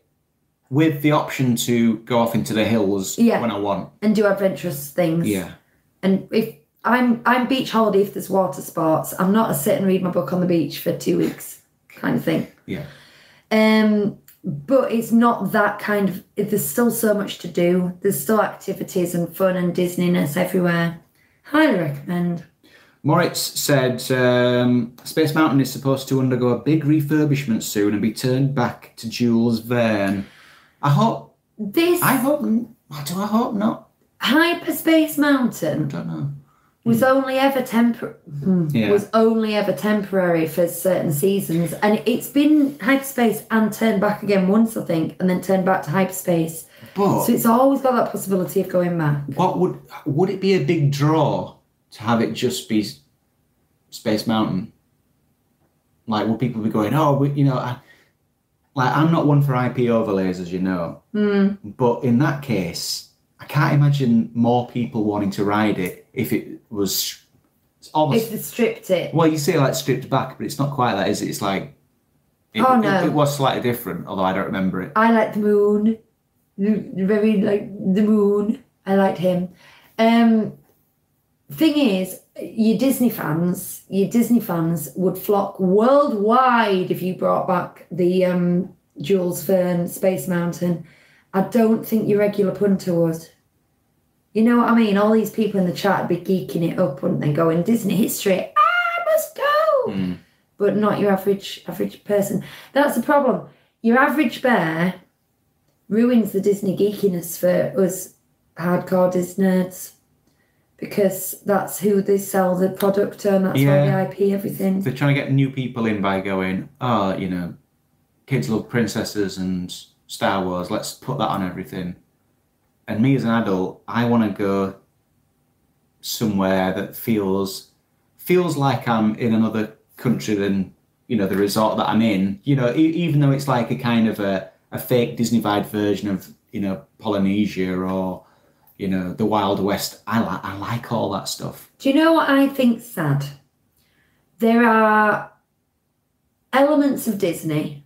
B: with the option to go off into the hills
A: Yeah.
B: when I want.
A: And do adventurous things.
B: Yeah,
A: And if I'm I'm beach holiday if there's water sports. I'm not a sit and read my book on the beach for two weeks kind of thing.
B: yeah.
A: Um, but it's not that kind of. it- There's still so much to do. There's still activities and fun and Disneyness everywhere. Highly recommend.
B: Moritz said um, Space Mountain is supposed to undergo a big refurbishment soon and be turned back to Jules Verne. I hope.
A: This
B: I hope. Do I hope not?
A: hyperspace mountain
B: Don't know.
A: was only ever tempor-
B: Yeah.
A: was only ever temporary for certain seasons, and it's been hyperspace and turned back again once, I think, and then turned back to hyperspace.
B: but
A: So it's always got that possibility of going back.
B: What would would it be a big draw to have it just be S- Space Mountain? Like, would people be going, oh, we, you know, I, like I'm not one for IP overlays, as you know.
A: Hmm.
B: But in that case, I can't imagine more people wanting to ride it if it was it's
A: If
B: almost.
A: they stripped it,
B: well, you say like stripped back, but it's not quite that, is it? It's like. It,
A: Oh,
B: it-
A: no.
B: it, was slightly different, although I don't remember it.
A: I like the moon. The- Very like the moon. I liked him. Um, thing is, your Disney fans, your Disney fans would flock worldwide if you brought back the um, Jules Verne Space Mountain. I don't think your regular punter would. You know what I mean? All these people in the chat would be geeking it up, wouldn't they? Going Disney history. I must go. but not your average average person. That's the problem. Your average bear ruins the Disney geekiness for us hardcore Disney nerds because that's who they sell the product to, and that's
B: Yeah.
A: why the IP everything.
B: They're trying to get new people in by going, oh, you know, kids love princesses and Star Wars. Let's put that on everything. And me as an adult, I want to go somewhere that feels feels like I'm in another country than you know the resort that I'm in. You know, e- even though it's like a kind of a, a fake Disneyfied version of you know Polynesia or you know the Wild West. I like I like all that stuff.
A: Do you know what I think's sad? There are elements of Disney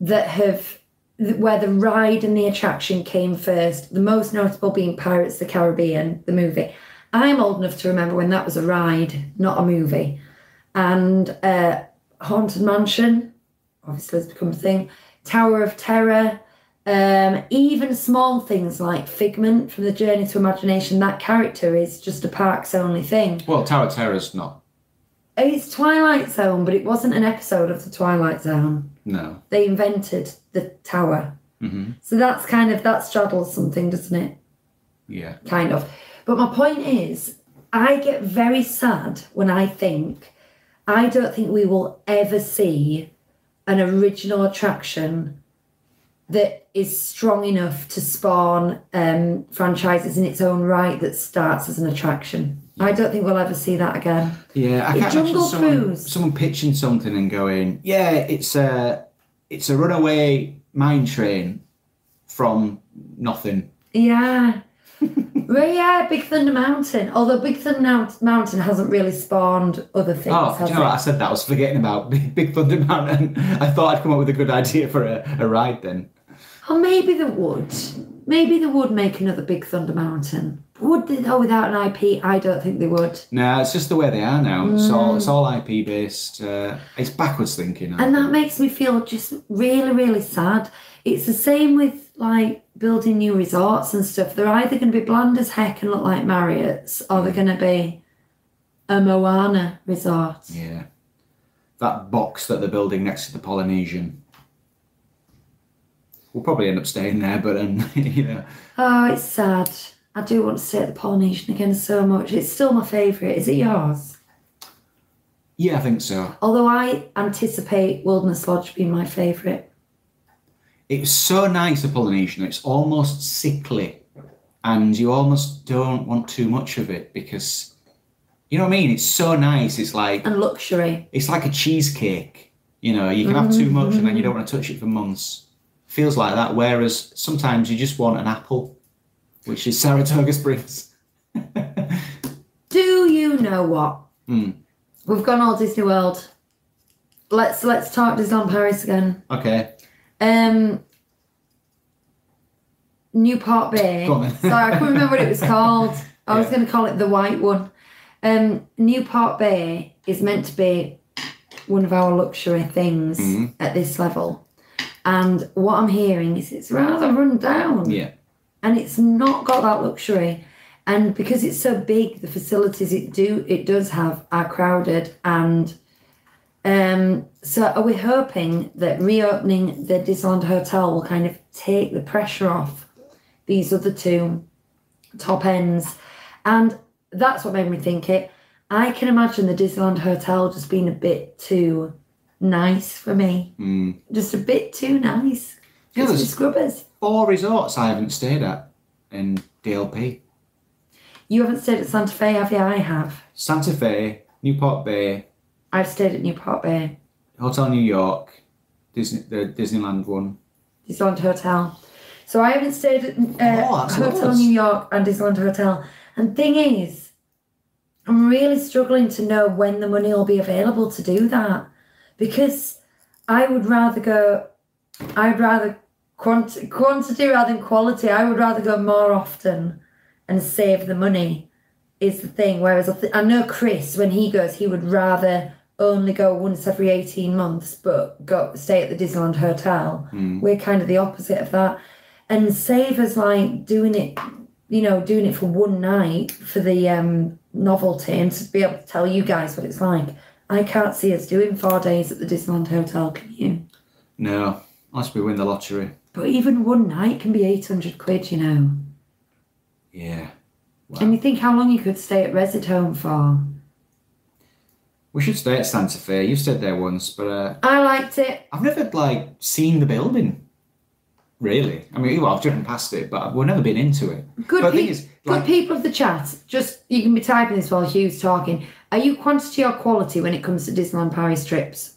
A: that have th- where the ride and the attraction came first. The most notable being Pirates of the Caribbean, the movie. I'm old enough to remember when that was a ride, not a movie. And uh, Haunted Mansion obviously has become a thing. Tower of Terror. Um, even small things like Figment from the Journey to Imagination, that character is just a parks only thing.
B: Well, Tower of Terror's not
A: It's Twilight Zone, but it wasn't an episode of the Twilight Zone.
B: no.
A: They invented the tower.
B: hmm
A: So that's kind of that straddles something, doesn't it?
B: Yeah.
A: Kind of. But my point is, I get very sad when I think I don't think we will ever see an original attraction that is strong enough to spawn um, franchises in its own right that starts as an attraction. I don't think we'll ever see that again.
B: Yeah, I
A: The
B: can't imagine
A: Jungle
B: someone,
A: Cruise.
B: someone pitching something and going, "Yeah, it's a it's a runaway mine train from nothing." <laughs>
A: Yeah. Well, yeah, Big Thunder Mountain. Although Big Thunder Mount- Mountain hasn't really spawned other things,
B: Oh, do
A: has
B: you know what? I
A: it?
B: said that. I was forgetting about <laughs> Big, Big Thunder Mountain. I thought I'd come up with a good idea for a, a ride then.
A: Or Oh, maybe they would. Maybe they would make another Big Thunder Mountain. Would they though without an IP? I don't think they would.
B: No, it's just the way they are now. It's all it's all IP based. Uh, it's backwards thinking. I
A: And that
B: think.
A: makes me feel just really, really sad. It's the same with like building new resorts and stuff. They're either going to be bland as heck and look like Marriott's, or they're
B: Hmm.
A: going to be a Moana resort.
B: yeah, that box that they're building next to the Polynesian. We'll probably end up staying there, but um, <laughs> you know.
A: Oh, it's sad. I do want to stay at the Polynesian again so much. It's still my favourite. Is it yours?
B: Yeah, I think so.
A: Although I anticipate Wilderness Lodge being my favourite.
B: It was so nice, the Polynesian. It's almost sickly, and you almost don't want too much of it because, you know what I mean. It's so nice. It's like
A: And luxury.
B: it's like a cheesecake. You know, you can have too much and then you don't want to touch it for months. Feels like that. Whereas sometimes you just want an apple, which is Saratoga Springs.
A: Do you know what?
B: Mm.
A: We've gone all Disney World. Let's let's talk Disneyland Paris again.
B: Okay.
A: Um Newport Bay.
B: <laughs> Go on then.
A: Sorry, I couldn't remember what it was called. I was
B: Yeah.
A: gonna call it the white one. Um Newport Bay is meant to be one of our luxury things
B: Mhm.
A: at this level. And what I'm hearing is it's rather run down
B: Yeah.
A: and it's not got that luxury. And because it's so big, the facilities it do it does have are crowded, and um, so are we hoping that reopening the Disneyland Hotel will kind of take the pressure off these other two top ends, and that's what made me think it. I can imagine the Disneyland Hotel just being a bit too nice for me,
B: Mm.
A: just a bit too nice.
B: Yeah,
A: Just
B: there's-
A: the scrubbers.
B: Four resorts I haven't stayed at in DLP.
A: You haven't stayed at Santa Fe, have you? I have.
B: Santa Fe, Newport Bay,
A: I've stayed at Newport Bay,
B: Hotel New York, Disney, the Disneyland one.
A: Disneyland Hotel. So I haven't stayed at uh,
B: Oh, that's
A: Hotel
B: nice.
A: New York and Disneyland Hotel. And thing is, I'm really struggling to know when the money will be available to do that because I would rather go, I'd rather quant- quantity rather than quality. I would rather go more often and save the money is the thing. Whereas I, th- I know Chris, when he goes, he would rather only go once every 18 months, but go stay at the Disneyland Hotel. We're kind of the opposite of that. And save is like doing it, you know, doing it for one night for the um, novelty and to be able to tell you guys what it's like. I can't see us doing four days at the Disneyland Hotel, can you?
B: No, unless we win the lottery.
A: But even one night can be 800 quid, you know.
B: Yeah.
A: And you think how long you could stay at Resit Home for.
B: We should stay at Santa Fe. You stayed there once, but uh,
A: I liked it.
B: I've never like seen the building. Really, I mean, well, I've driven past it, but we've never been into it.
A: Good,
B: But the
A: pe-
B: thing is, like-
A: good people of the chat, just you can be typing this while Hugh's talking. Are you quantity or quality when it comes to Disneyland Paris trips?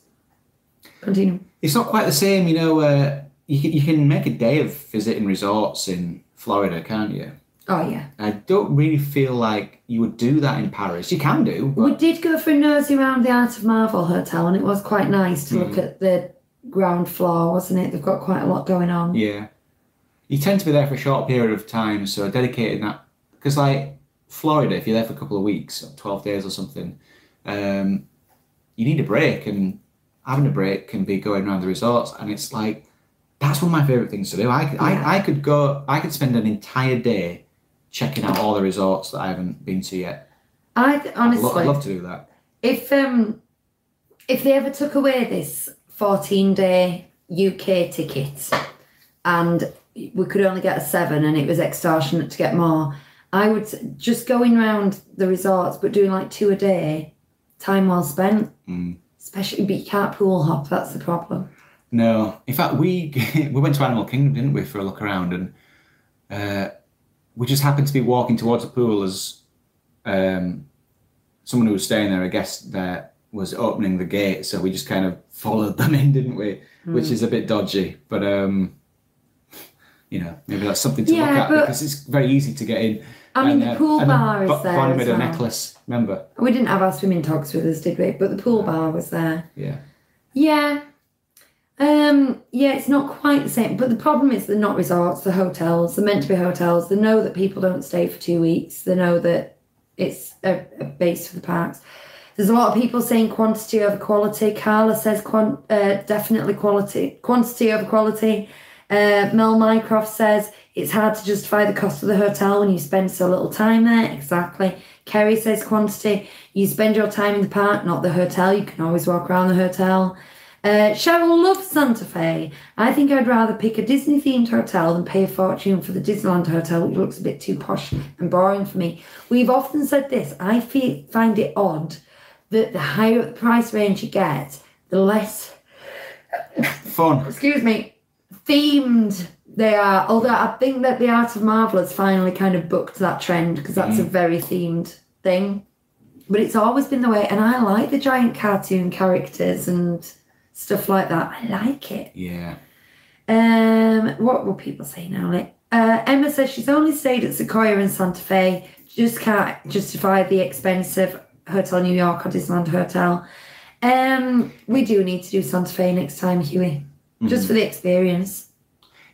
A: Continue.
B: It's not quite the same, you know. Uh, you can, you can make a day of visiting resorts in Florida, can't you?
A: Oh, yeah.
B: I don't really feel like you would do that in Paris. You can do, but
A: We did go for a nosy round the Art of Marvel hotel, and it was quite nice to
B: Hmm.
A: look at the ground floor, wasn't it? They've got quite a lot going on.
B: Yeah. You tend to be there for a short period of time, so dedicating that because like Florida, if you're there for a couple of weeks or twelve days or something, um, you need a break and having a break can be going around the resorts and it's like that's one of my favourite things to do. I, could
A: Yeah.
B: I, I could go I could spend an entire day checking out all the resorts that I haven't been to yet.
A: I th-
B: I'd,
A: honestly,
B: lo- I'd love to do that.
A: if um, if they ever took away this fourteen day UK ticket, and we could only get a seven, and it was extortionate to get more, I would s- just going round the resorts, but doing like two a day, time well spent.
B: Mm.
A: Especially, but you can't pool hop. That's the problem.
B: No, in fact, we <laughs> we went to Animal Kingdom, didn't we, for a look around, and uh, we just happened to be walking towards a pool as um, someone who was staying there, a guest there, was opening the gate, so we just kind of <laughs> followed them in, didn't we?
A: Hmm.
B: Which is a bit dodgy, but um, you know, maybe that's something to
A: Yeah,
B: look at
A: but-
B: because it's very easy to get in.
A: I mean,
B: And,
A: the
B: uh,
A: pool
B: and then
A: bar
B: Bo-
A: is there.
B: Bonnie
A: as
B: made a
A: well.
B: necklace. Remember?
A: We didn't have our swimming togs with us, did we? But the pool bar was there.
B: Yeah.
A: Yeah. Um, yeah, it's not quite the same. But the problem is they're not resorts, they're hotels, they're meant to be hotels. They know that people don't stay for two weeks. They know that it's a, a base for the parks. There's a lot of people saying quantity over quality. Carla says quan- uh, definitely quality, quantity over quality. Uh, Mel Mycroft says it's hard to justify the cost of the hotel when you spend so little time there. Exactly. Kerry says quantity. You spend your time in the park, not the hotel. You can always walk around the hotel. Uh, Cheryl loves Santa Fe. I think I'd rather pick a Disney themed hotel than pay a fortune for the Disneyland hotel, which looks a bit too posh and boring for me. We've often said this. I feel, find it odd that the higher up the price range you get, the less
B: Fun.
A: excuse me, themed they are. Although I think that the Art of Marvel has finally kind of booked that trend because that's a very themed thing. But it's always been the way, and I like the giant cartoon characters and stuff like that. I like it.
B: Yeah.
A: Um, what will people say now? Like, uh, Emma says she's only stayed at Sequoia in Santa Fe. Just can't justify the expensive hotel New York or Disneyland hotel. Um, we do need to do Santa Fe next time, Huey, just for the experience.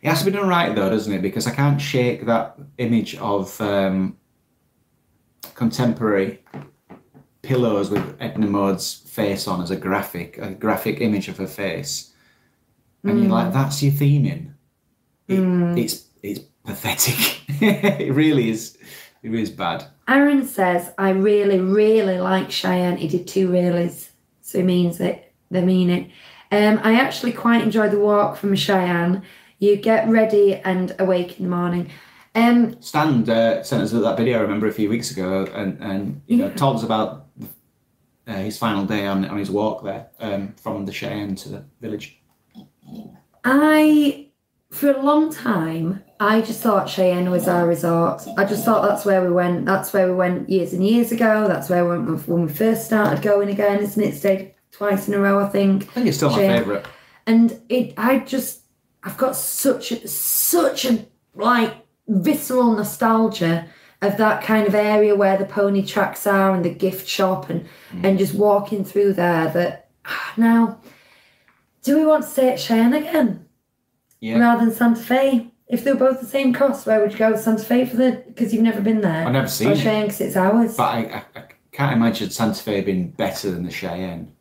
B: It has to be done right though, doesn't it? Because I can't shake that image of um, contemporary pillows with Edna Mode's face on as a graphic, a graphic image of her face, and you're like, that's your theming. It, It's it's pathetic. <laughs> it really is. It really is bad.
A: Aaron says, I really, really like Cheyenne. He did two reallys, so he means it. They mean it. Um, I actually quite enjoy the walk from Cheyenne. You get ready and awake in the morning. Um,
B: Stan uh, sent us that video. I remember a few weeks ago, and and you know told us about uh, his final day on on his walk there um, from the Cheyenne to the village.
A: I, for a long time, I just thought Cheyenne was our resort. I just thought that's where we went. That's where we went years and years ago. That's where we went when we first started going again, isn't it? Stayed twice in a row, I think.
B: I think it's still my
A: Shame.
B: favourite.
A: And it, I just, I've got such, a, such a like visceral nostalgia of that kind of area where the pony tracks are and the gift shop and and just walking through there. That ah, now, do we want to stay at Cheyenne again?
B: Yeah.
A: rather than Santa Fe. If they were both the same cost, where would you go with Santa Fe for the? Because you've never been there.
B: I've never seen
A: Or
B: it.
A: Cheyenne, because it's ours.
B: But I, I, I can't imagine Santa Fe being better than the Cheyenne.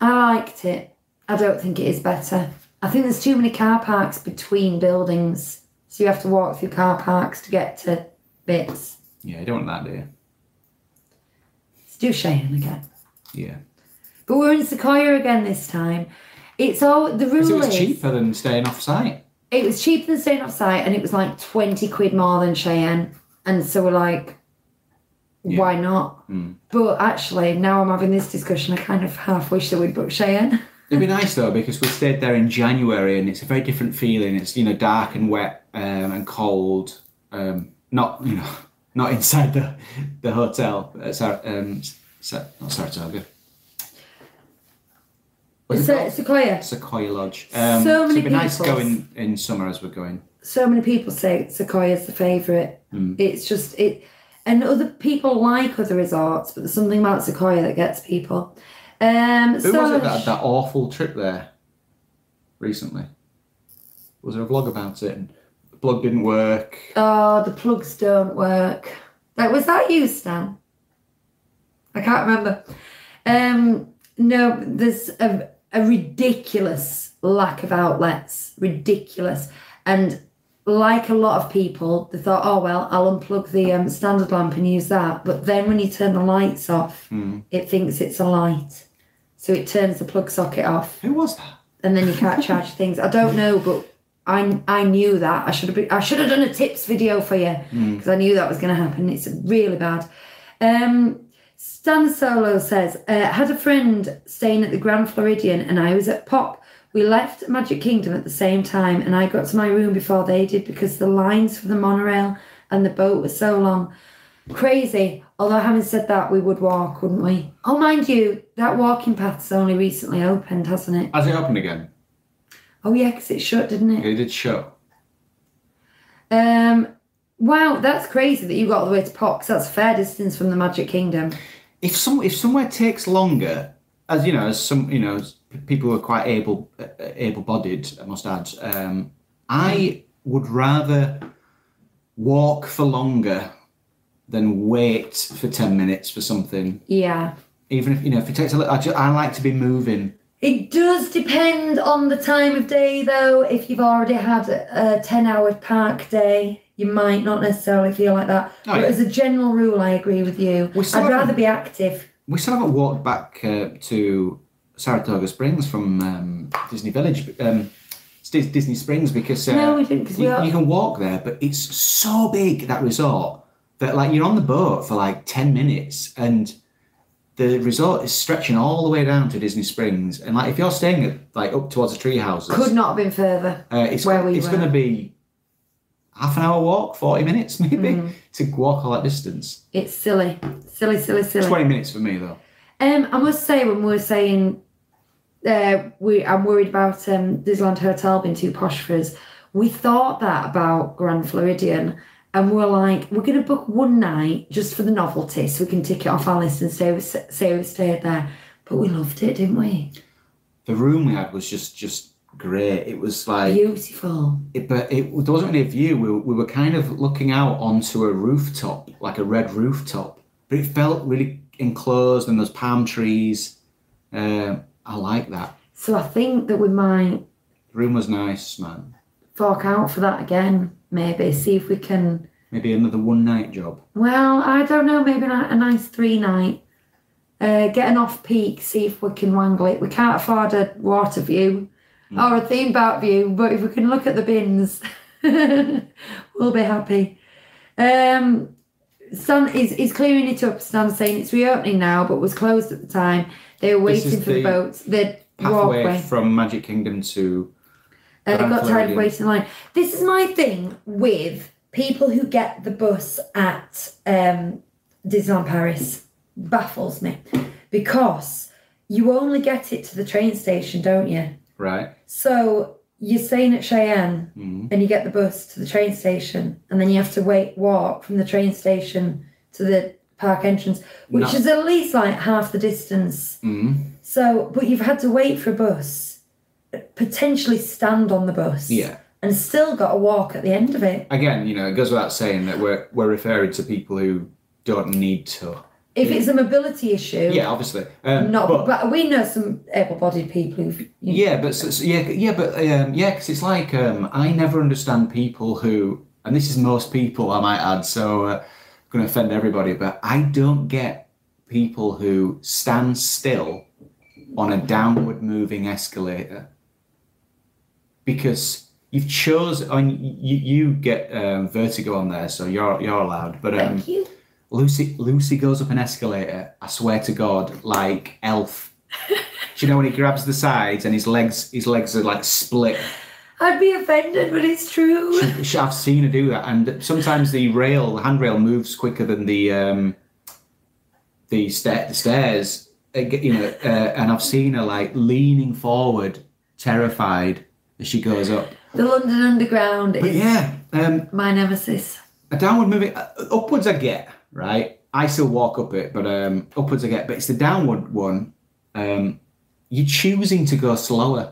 A: I liked it. I don't think it is better. I think there's too many car parks between buildings, so you have to walk through car parks to get to bits.
B: Yeah, you don't want that, do you?
A: Let's do Cheyenne again.
B: Yeah.
A: But we're in Sequoia again this time. It's all the rule
B: Because it was
A: is
B: cheaper than staying off site.
A: it was cheaper than staying off site and it was like 20 quid more than Cheyenne. And so we're like,
B: Yeah.
A: why not?
B: Mm.
A: But actually, now I'm having this discussion, I kind of half wish that we'd booked Cheyenne.
B: It'd be nice though because we stayed there in January and it's a very different feeling. It's you know dark and wet um, and cold. Um, not you know <laughs> not inside the the hotel. Uh, Sar- um, Sa- not Saratoga. What's it
A: Se-
B: called?
A: Sequoia.
B: Sequoia Lodge.
A: So
B: Um, so
A: many
B: it'd be nice
A: people.
B: going in summer as we're going.
A: So many people say Sequoia's the favourite.
B: Hmm.
A: It's just, it, and other people like other resorts, but there's something about Sequoia that gets people. Um,
B: Who
A: so
B: was it that had that awful trip there recently? Was there a vlog about it? And the blog didn't work.
A: Oh, the plugs don't work. Like, was that you, Stan? I can't remember. Um, no, there's a, a ridiculous lack of outlets. Ridiculous. And like a lot of people, they thought, oh, well, I'll unplug the um, standard lamp and use that. But then when you turn the lights off,
B: Mm.
A: it thinks it's a light. So it turns the plug socket off
B: Who was that?
A: and then you can't charge things. I don't know, but I I knew that I should have been, I should have done a tips video for you because I knew that was going to happen. It's really bad. Um, Stan Solo says uh, had a friend staying at the Grand Floridian and I was at Pop. We left Magic Kingdom at the same time and I got to my room before they did because the lines for the monorail and the boat were so long. Crazy. Although having said that, we would walk, wouldn't we? Oh, mind you, that walking path's only recently opened, hasn't it?
B: Has it opened again?
A: Oh yeah, because it shut, didn't it?
B: It did show.
A: Um, wow, that's crazy that you got all the way to Pox. That's a fair distance from the Magic Kingdom.
B: if some if somewhere takes longer, as you know, as some you know, as p- people who are quite able uh, able bodied, I must add. Um, I would rather walk for longer than wait for ten minutes for something.
A: Yeah,
B: Even if you know, if it takes a little, I, ju- I like to be moving.
A: it does depend on the time of day, though. If you've already had a ten-hour park day, you might not necessarily feel like that.
B: Oh,
A: but
B: yeah.
A: as a general rule, I agree with you.
B: We still
A: I'd rather
B: haven't-
A: be active.
B: We still haven't walked back uh, to Saratoga Springs from um, Disney Village, um, Dis- Disney Springs, because uh,
A: No, we didn't, 'cause we
B: you,
A: are-
B: you can walk there, but it's so big that resort that like you're on the boat for like ten minutes, and the resort is stretching all the way down to Disney Springs, and like if you're staying at like up towards the tree houses,
A: Could not have been further.
B: uh, it's
A: where we
B: it's
A: were.
B: going to be half an hour walk, forty minutes <laughs> maybe
A: Mm-hmm.
B: to walk all that distance.
A: It's silly, silly, silly, silly.
B: Twenty minutes for me though.
A: Um, I must say, when we were saying uh, we, I'm worried about um, Disneyland Hotel being too posh for us, we thought that about Grand Floridian. And we're like, we're going to book one night just for the novelty so we can tick it off our list and say we, say we stayed there. But we loved it, didn't we?
B: the room we had was just just great. It was like,
A: Beautiful.
B: it, but it there wasn't really a view. We were, we were kind of looking out onto a rooftop, like a red rooftop, but it felt really enclosed and there's palm trees. Um, I like that.
A: So I think that we might
B: The room was nice, man.
A: fork out for that again, maybe, see if we can
B: Maybe another one night job.
A: Well, I don't know. Maybe a, a nice three night. Uh, get an off peak, see if we can wangle it. We can't afford a water view
B: Hmm.
A: or a theme park view, but if we can look at the bins, <laughs> we'll be happy. Um, Stan is is clearing it up. Stan saying it's reopening now, but was closed at the time. They were
B: This is
A: waiting for the,
B: the
A: boats. The
B: Pathway
A: walkway.
B: from Magic Kingdom to
A: Uh, they
B: Grand
A: got tired of
B: Floridian.
A: waiting in line. This is my thing with people who get the bus at um, Disneyland Paris. Baffles me because you only get it to the train station, don't you?
B: right.
A: So you're staying at Cheyenne
B: Mhm.
A: and you get the bus to the train station, and then you have to wait, walk from the train station to the park entrance, which
B: No.
A: is at least like half the distance.
B: Mm.
A: So, but you've had to wait for a bus, potentially stand on the bus,
B: Yeah.
A: and still got to walk at the end of it.
B: Again, you know, it goes without saying that we're we're referring to people who don't need to.
A: If it's a mobility issue,
B: Yeah, obviously. Um,
A: not.
B: but-
A: But, we know some able-bodied people who. have
B: Yeah, but so, so, yeah, yeah, but um, yeah, because it's like um, I never understand people who, and this is most people, I might add. So, uh, going to offend everybody, but I don't get people who stand still on a downward moving escalator because you've chosen. I mean, you you get um, vertigo on there, so you're you're allowed. But um,
A: Thank you.
B: Lucy Lucy goes up an escalator. I swear to God, like Elf. Do you know when he grabs the sides and his legs his legs are like split? <laughs>
A: I'd be offended, but it's true.
B: She- she- I've seen her do that, and sometimes the rail, the handrail, moves quicker than the um, the, sta- the stairs. Uh, g- You know, uh, and I've seen her like leaning forward, terrified as she goes up.
A: The London Underground
B: But
A: is
B: yeah, um,
A: my nemesis.
B: a downward moving uh, upwards I get right I still walk up it but um upwards I get but it's the downward one um you're choosing to go slower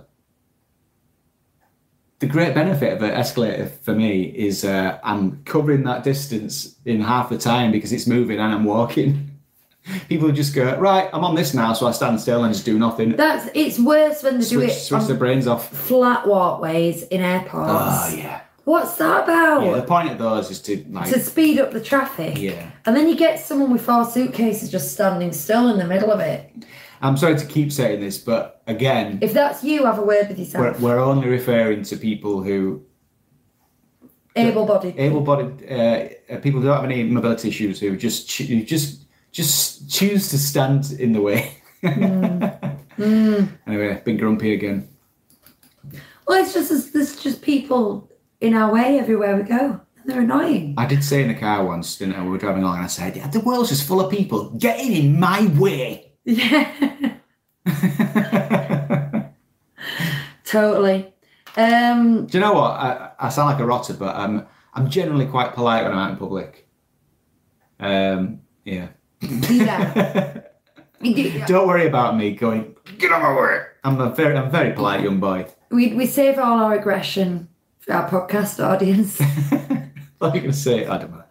B: the great benefit of an escalator for me is uh, I'm covering that distance in half the time because it's moving and I'm walking <laughs> people just go right I'm on this now so I stand still and just do nothing
A: That's it's worse when they do
B: switch,
A: it
B: switch
A: on
B: the brains off
A: flat walkways in airports.
B: oh yeah
A: What's that about?
B: yeah the point of those is to like
A: To speed up the traffic.
B: yeah
A: And then you get someone with four suitcases just standing still in the middle of it.
B: I'm sorry to keep saying this but again
A: If that's you, have a word with
B: We're,
A: yourself.
B: we're only referring to people who
A: Able-bodied.
B: able-bodied uh, uh, people who don't have any mobility issues who just choo- who just just choose to stand in the way. <laughs> Anyway, been grumpy again.
A: Well, it's just there's just people in our way everywhere we go, and they're annoying.
B: I did say in the car once, didn't I? We were driving along, and I said, "The world's just full of people getting in my way." <laughs>
A: Yeah, <laughs> totally. Um,
B: Do you know what? I, I sound like a rotter, but um, I'm generally quite polite when I'm out in public. Um, yeah. <laughs>
A: yeah. You-
B: Don't worry about me going. Get on my way. I'm a very, I'm a very polite young boy. <laughs>
A: We we save all our aggression for our podcast
B: <laughs>
A: audience.
B: Like you can say, I don't know.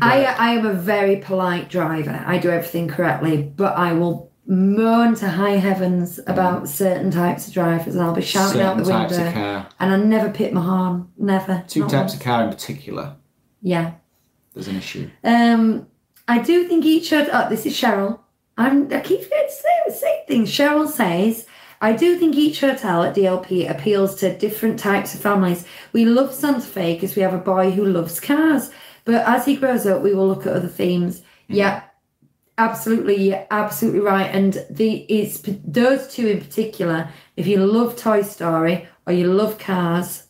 A: I I am a very polite driver. I do everything correctly, but I will moan to high heavens about certain types of drivers, and I'll be shouting out
B: Certain
A: the
B: types of
A: window.
B: car,
A: And I never pick my horn. Never.
B: two
A: Not
B: types
A: once.
B: of car in particular,
A: Yeah.
B: there's an issue.
A: Um, I do think each should. Oh, this is Cheryl. I'm, I keep forgetting to say, say things. Cheryl says, I do think each hotel at DLP appeals to different types of families. We love Santa Fe because we have a boy who loves cars, but as he grows up, we will look at other themes. Yeah, absolutely, you're absolutely right. And the it's p- those two in particular. If you love Toy Story or you love cars,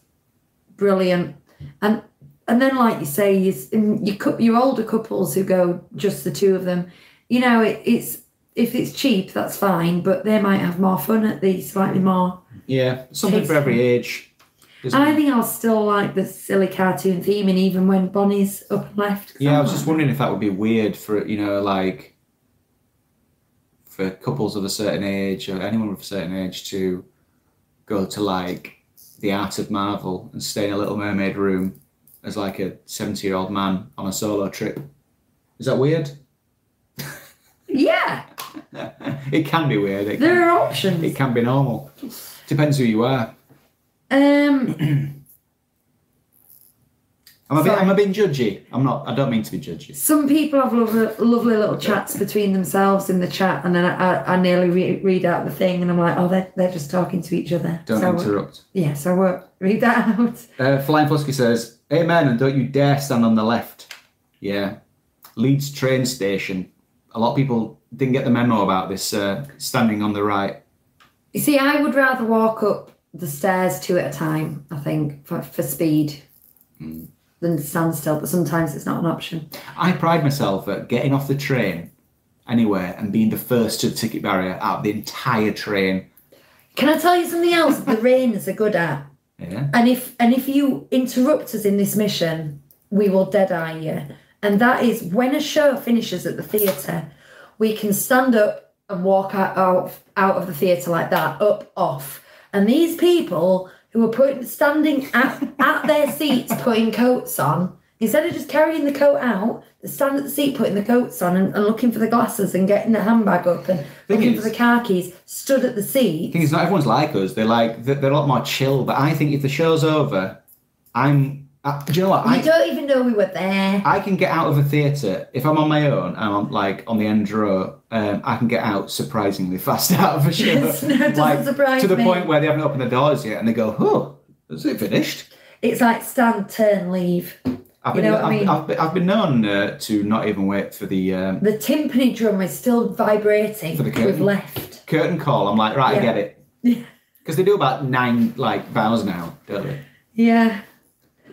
A: brilliant. And and then, like you say, you s- and you cou- your older couples who go just the two of them. You know, it, it's if it's cheap, that's fine, but they might have more fun at the slightly more.
B: Yeah, something for every age. isn't
A: I
B: it?
A: think I'll still like the silly cartoon theming, even when Bonnie's up and left. 'cause
B: Yeah, I
A: I'm
B: was just
A: like,
B: wondering if that would be weird for you know like for couples of a certain age or anyone with a certain age to go to like the Art of Marvel and stay in a Little Mermaid room as like a seventy-year-old man on a solo trip. Is that weird?
A: yeah,
B: It can be weird. It can,
A: there are
B: it
A: options.
B: can be normal. Depends who you are.
A: Um,
B: Am I, being,
A: Sorry.
B: am I being judgy? I'm not. I don't mean to be judgy.
A: some people have lovely, lovely little chats between themselves in the chat, and then I, I, I nearly re- read out the thing, and I'm like, oh, they're, they're just talking to each other.
B: Don't
A: so I won't-
B: interrupt.
A: yeah, so I won't read that <laughs> out.
B: Uh, Flying Flusky says, "Amen." And don't you dare stand on the left. Yeah, Leeds train station. A lot of people didn't get the memo about this uh, standing on the right.
A: You see, I would rather walk up the stairs two at a time, I think, for, for speed than stand still, but sometimes it's not an option.
B: I pride myself at getting off the train anywhere and being the first to the ticket barrier out of the entire train.
A: Can I tell you something else the Rainers are good at?
B: Yeah.
A: And if and if you interrupt us in this mission, we will dead eye you. And that is when a show finishes at the theatre, we can stand up and walk out out, out of the theatre like that, up off. And these people who are putting standing at, at their seats, putting coats on, instead of just carrying the coat out, they stand at the seat putting the coats on and, and looking for the glasses and getting the handbag up and looking
B: is-
A: for the car keys, stood at the seat.
B: thing is, not everyone's like us. They're like they're, they're a lot more chill. But I think if the show's over, I'm Uh, do you know what?
A: We
B: I,
A: don't even know we were there.
B: I can get out of a theatre if I'm on my own and I'm like on the end row. Um, I can get out surprisingly <laughs> fast out of a show.
A: Yes, no, it doesn't
B: Like,
A: surprise
B: to the
A: me.
B: point where they haven't opened the doors yet, and they go, "Oh, is it finished?"
A: It's like stand, turn, leave.
B: I've
A: You
B: been,
A: know what I
B: I've,
A: mean?
B: I've been, I've been known uh, to not even wait for the um,
A: The timpani drum is still vibrating.
B: For the
A: We've
B: curtain.
A: left.
B: curtain call. I'm like, right,
A: Yeah.
B: I get it,
A: <laughs> Yeah.
B: because they do about nine like vows now, don't they?
A: Yeah.
B: We-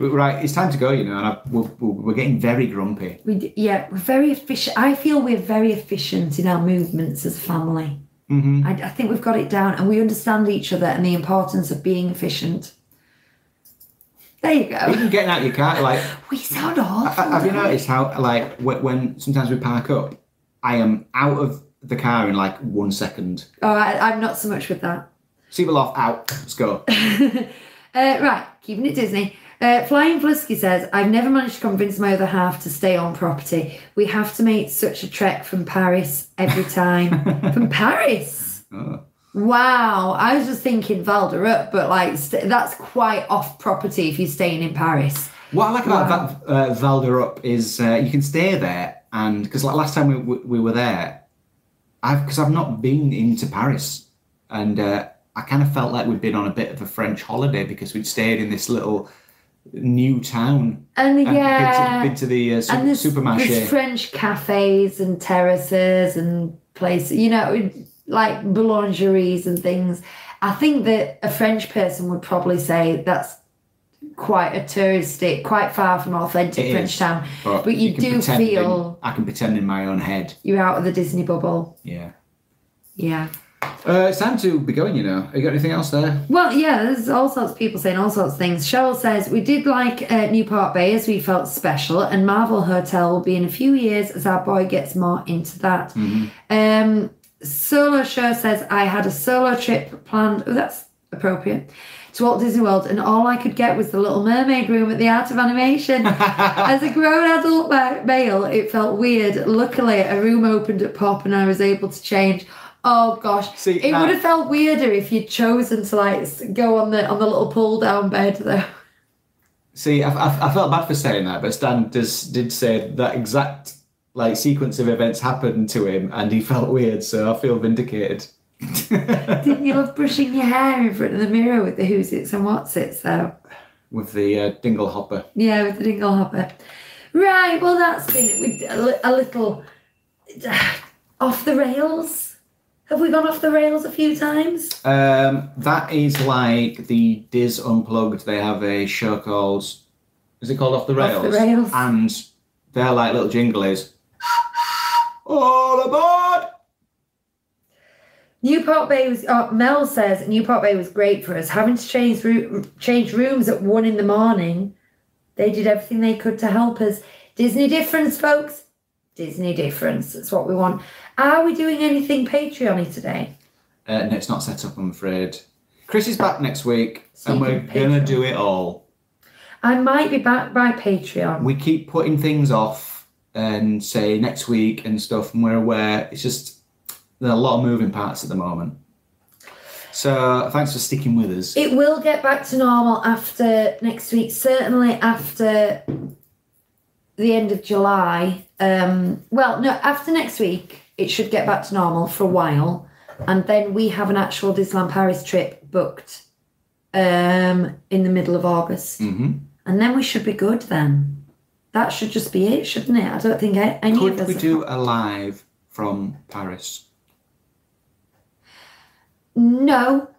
B: Right, it's time to go, you know, and I, we're, we're we're getting very grumpy.
A: We d- yeah, we're very efficient. I feel we're very efficient in our movements as a family.
B: hmm
A: I, I think we've got it down and we understand each other and the importance of being efficient. There you go.
B: Even getting out your car, like,
A: We sound
B: I-
A: awful.
B: I- have you
A: don't we?
B: noticed how, like, when, when sometimes we park up, I am out of the car in like one second.
A: Oh, I, I'm not so much with that.
B: Seatbelt off, out, let's go.
A: Uh, right, keeping it Disney. Uh, Flying Flusky says, I've never managed to convince my other half to stay on property. We have to make such a trek from Paris every time. from Paris?
B: Oh.
A: Wow. I was just thinking Val d'Europe, but like st- that's quite off property if you're staying in Paris.
B: What I like about
A: Wow.
B: that uh, Valderup is uh, you can stay there, and because like last time we, we, we were there, I've because I've not been into Paris, and uh, I kind of felt like we'd been on a bit of a French holiday because we'd stayed in this little new town
A: And
B: and
A: yeah,
B: been, to, been to the uh,
A: and there's,
B: su- supermarché.
A: there's French cafes and terraces and places, you know, like boulangeries and things. I think that a French person would probably say that's quite a touristic, quite far from authentic
B: It
A: French
B: is,
A: town. But, you,
B: can
A: do
B: pretend in-
A: feel
B: I can pretend in my own head.
A: you're out of the Disney bubble.
B: Yeah.
A: Yeah.
B: Uh, it's time to be going, you know. Have you got anything else there?
A: Well, yeah, there's all sorts of people saying all sorts of things. Cheryl says, We did like uh, Newport Bay as we felt special, and Marvel Hotel will be in a few years as our boy gets more into that.
B: Mm-hmm.
A: Um, solo Show says, I had a solo trip planned. Oh, that's appropriate. To Walt Disney World, and all I could get was the Little Mermaid room at the Art of Animation. As a grown adult ma- male, it felt weird. Luckily, a room opened at Pop and I was able to change. Oh gosh,
B: See,
A: it
B: now-
A: would have felt weirder if you'd chosen to like s- go on the on the little pull down bed though. <laughs>
B: See, I, I, I felt bad for saying that, but Stan does, did say that exact like sequence of events happened to him, and he felt weird. So I feel vindicated.
A: Didn't you love brushing your hair in front of the mirror with the who's its and what's its though?
B: With the uh, dingle hopper.
A: Yeah, with the dingle hopper. Right, well that's been with a, li- a little off the rails. Have we gone off the rails a few times?
B: Um, that is like the Diz Unplugged. They have a show called, is it called Off the Rails?
A: Off the Rails.
B: And their like little jingle is, all aboard.
A: Newport Bay was. Uh, Mel says Newport Bay was great for us. Having to change room, change rooms at one in the morning, they did everything they could to help us. Disney difference, folks. Disney difference. That's what we want. Are we doing anything Patreon today?
B: Uh, no, it's not set up, I'm afraid. Chris is back next week,
A: So
B: and
A: you
B: we're
A: can
B: gonna
A: Patreon.
B: do it all.
A: I might be back by Patreon.
B: we keep putting things off and say next week and stuff, and we're aware it's just there are a lot of moving parts at the moment. So thanks for sticking with us.
A: It will get back to normal after next week, certainly after the end of July. Um, well, no, after next week, it should get back to normal for a while. And then we have an actual Disneyland Paris trip booked um, in the middle of August.
B: hmm
A: And then we should be good then. That should just be it, shouldn't it? I don't think I, any of
B: Could
A: us.
B: we do a live from Paris? <laughs>
A: No,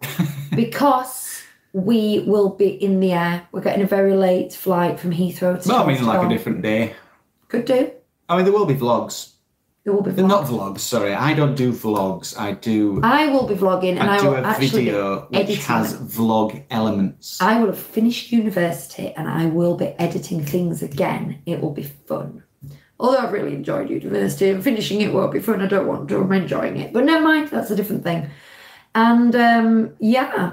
A: because we will be in the air. We're getting a very late flight from Heathrow to
B: No, I mean like a
A: Charleston.
B: different day.
A: Could do.
B: I mean there will be vlogs.
A: There will be
B: They're
A: vlogs.
B: not vlogs. Sorry, I don't do vlogs. I do.
A: I will be vlogging and
B: I,
A: I,
B: do
A: will
B: a
A: actually.
B: video which
A: editing
B: has
A: it.
B: vlog elements.
A: I will have finished university and I will be editing things again. It will be fun. Although I've really enjoyed university and finishing it won't be fun. I don't want to. I'm enjoying it. But never mind, that's a different thing. And um, yeah,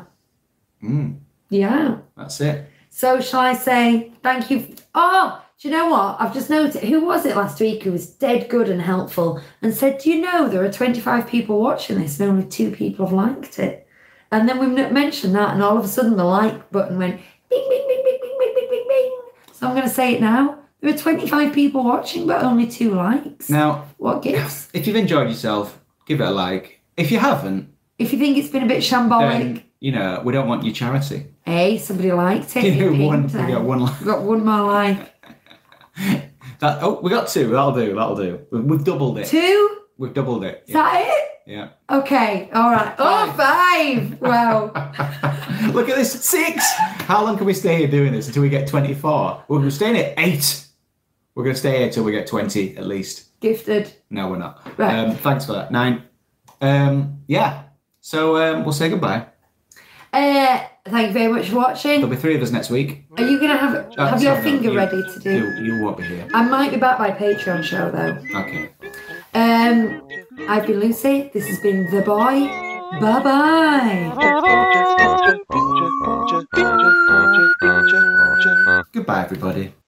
B: Mm,
A: yeah.
B: that's it.
A: So shall I say thank you? Oh, do you know what? I've just noticed. Who was it last week who was dead good and helpful and said, "Do you know there are twenty five people watching this and only two people have liked it?" And then we n- mentioned that, and all of a sudden the like button went bing, bing, bing, bing, bing, bing, bing, bing, bing. So I'm going to say it now. There were 25 people watching, but only two likes.
B: Now,
A: What gives?
B: if you've enjoyed yourself, give it a like. If you haven't,
A: If you think it's been a bit
B: then
A: shambolic,
B: you know we don't want your charity.
A: hey, somebody liked it.
B: You
A: it
B: know, <laughs> one,
A: pinked
B: we got
A: them.
B: one like
A: We've got one more like.
B: <laughs> that. Oh, we got two. That'll do. That'll do. We've, we've doubled it.
A: Two?
B: We've doubled it.
A: Is
B: Yeah.
A: that it?
B: yeah.
A: Okay, all right. Oh, five! <laughs> Wow.
B: <laughs> Look at this. Six. How long can we stay here doing this until we get twenty-four? We're we're staying at eight. We're gonna stay here till we get twenty at least.
A: Gifted.
B: No, we're not.
A: Right.
B: Um, thanks for that. Nine. Um, yeah. So um, we'll say goodbye.
A: Uh, thank you very much for watching.
B: There'll be three of us next week.
A: Are you going to have
B: Uh,
A: have your
B: sorry, no,
A: finger
B: you-
A: ready to do?
B: You, you won't be here.
A: I might be back by Patreon show though.
B: Okay.
A: Um, I've been Lucy. This has been The Boy. Bye bye.
C: Picture, picture, picture, picture, picture, picture, picture.
B: Goodbye, everybody.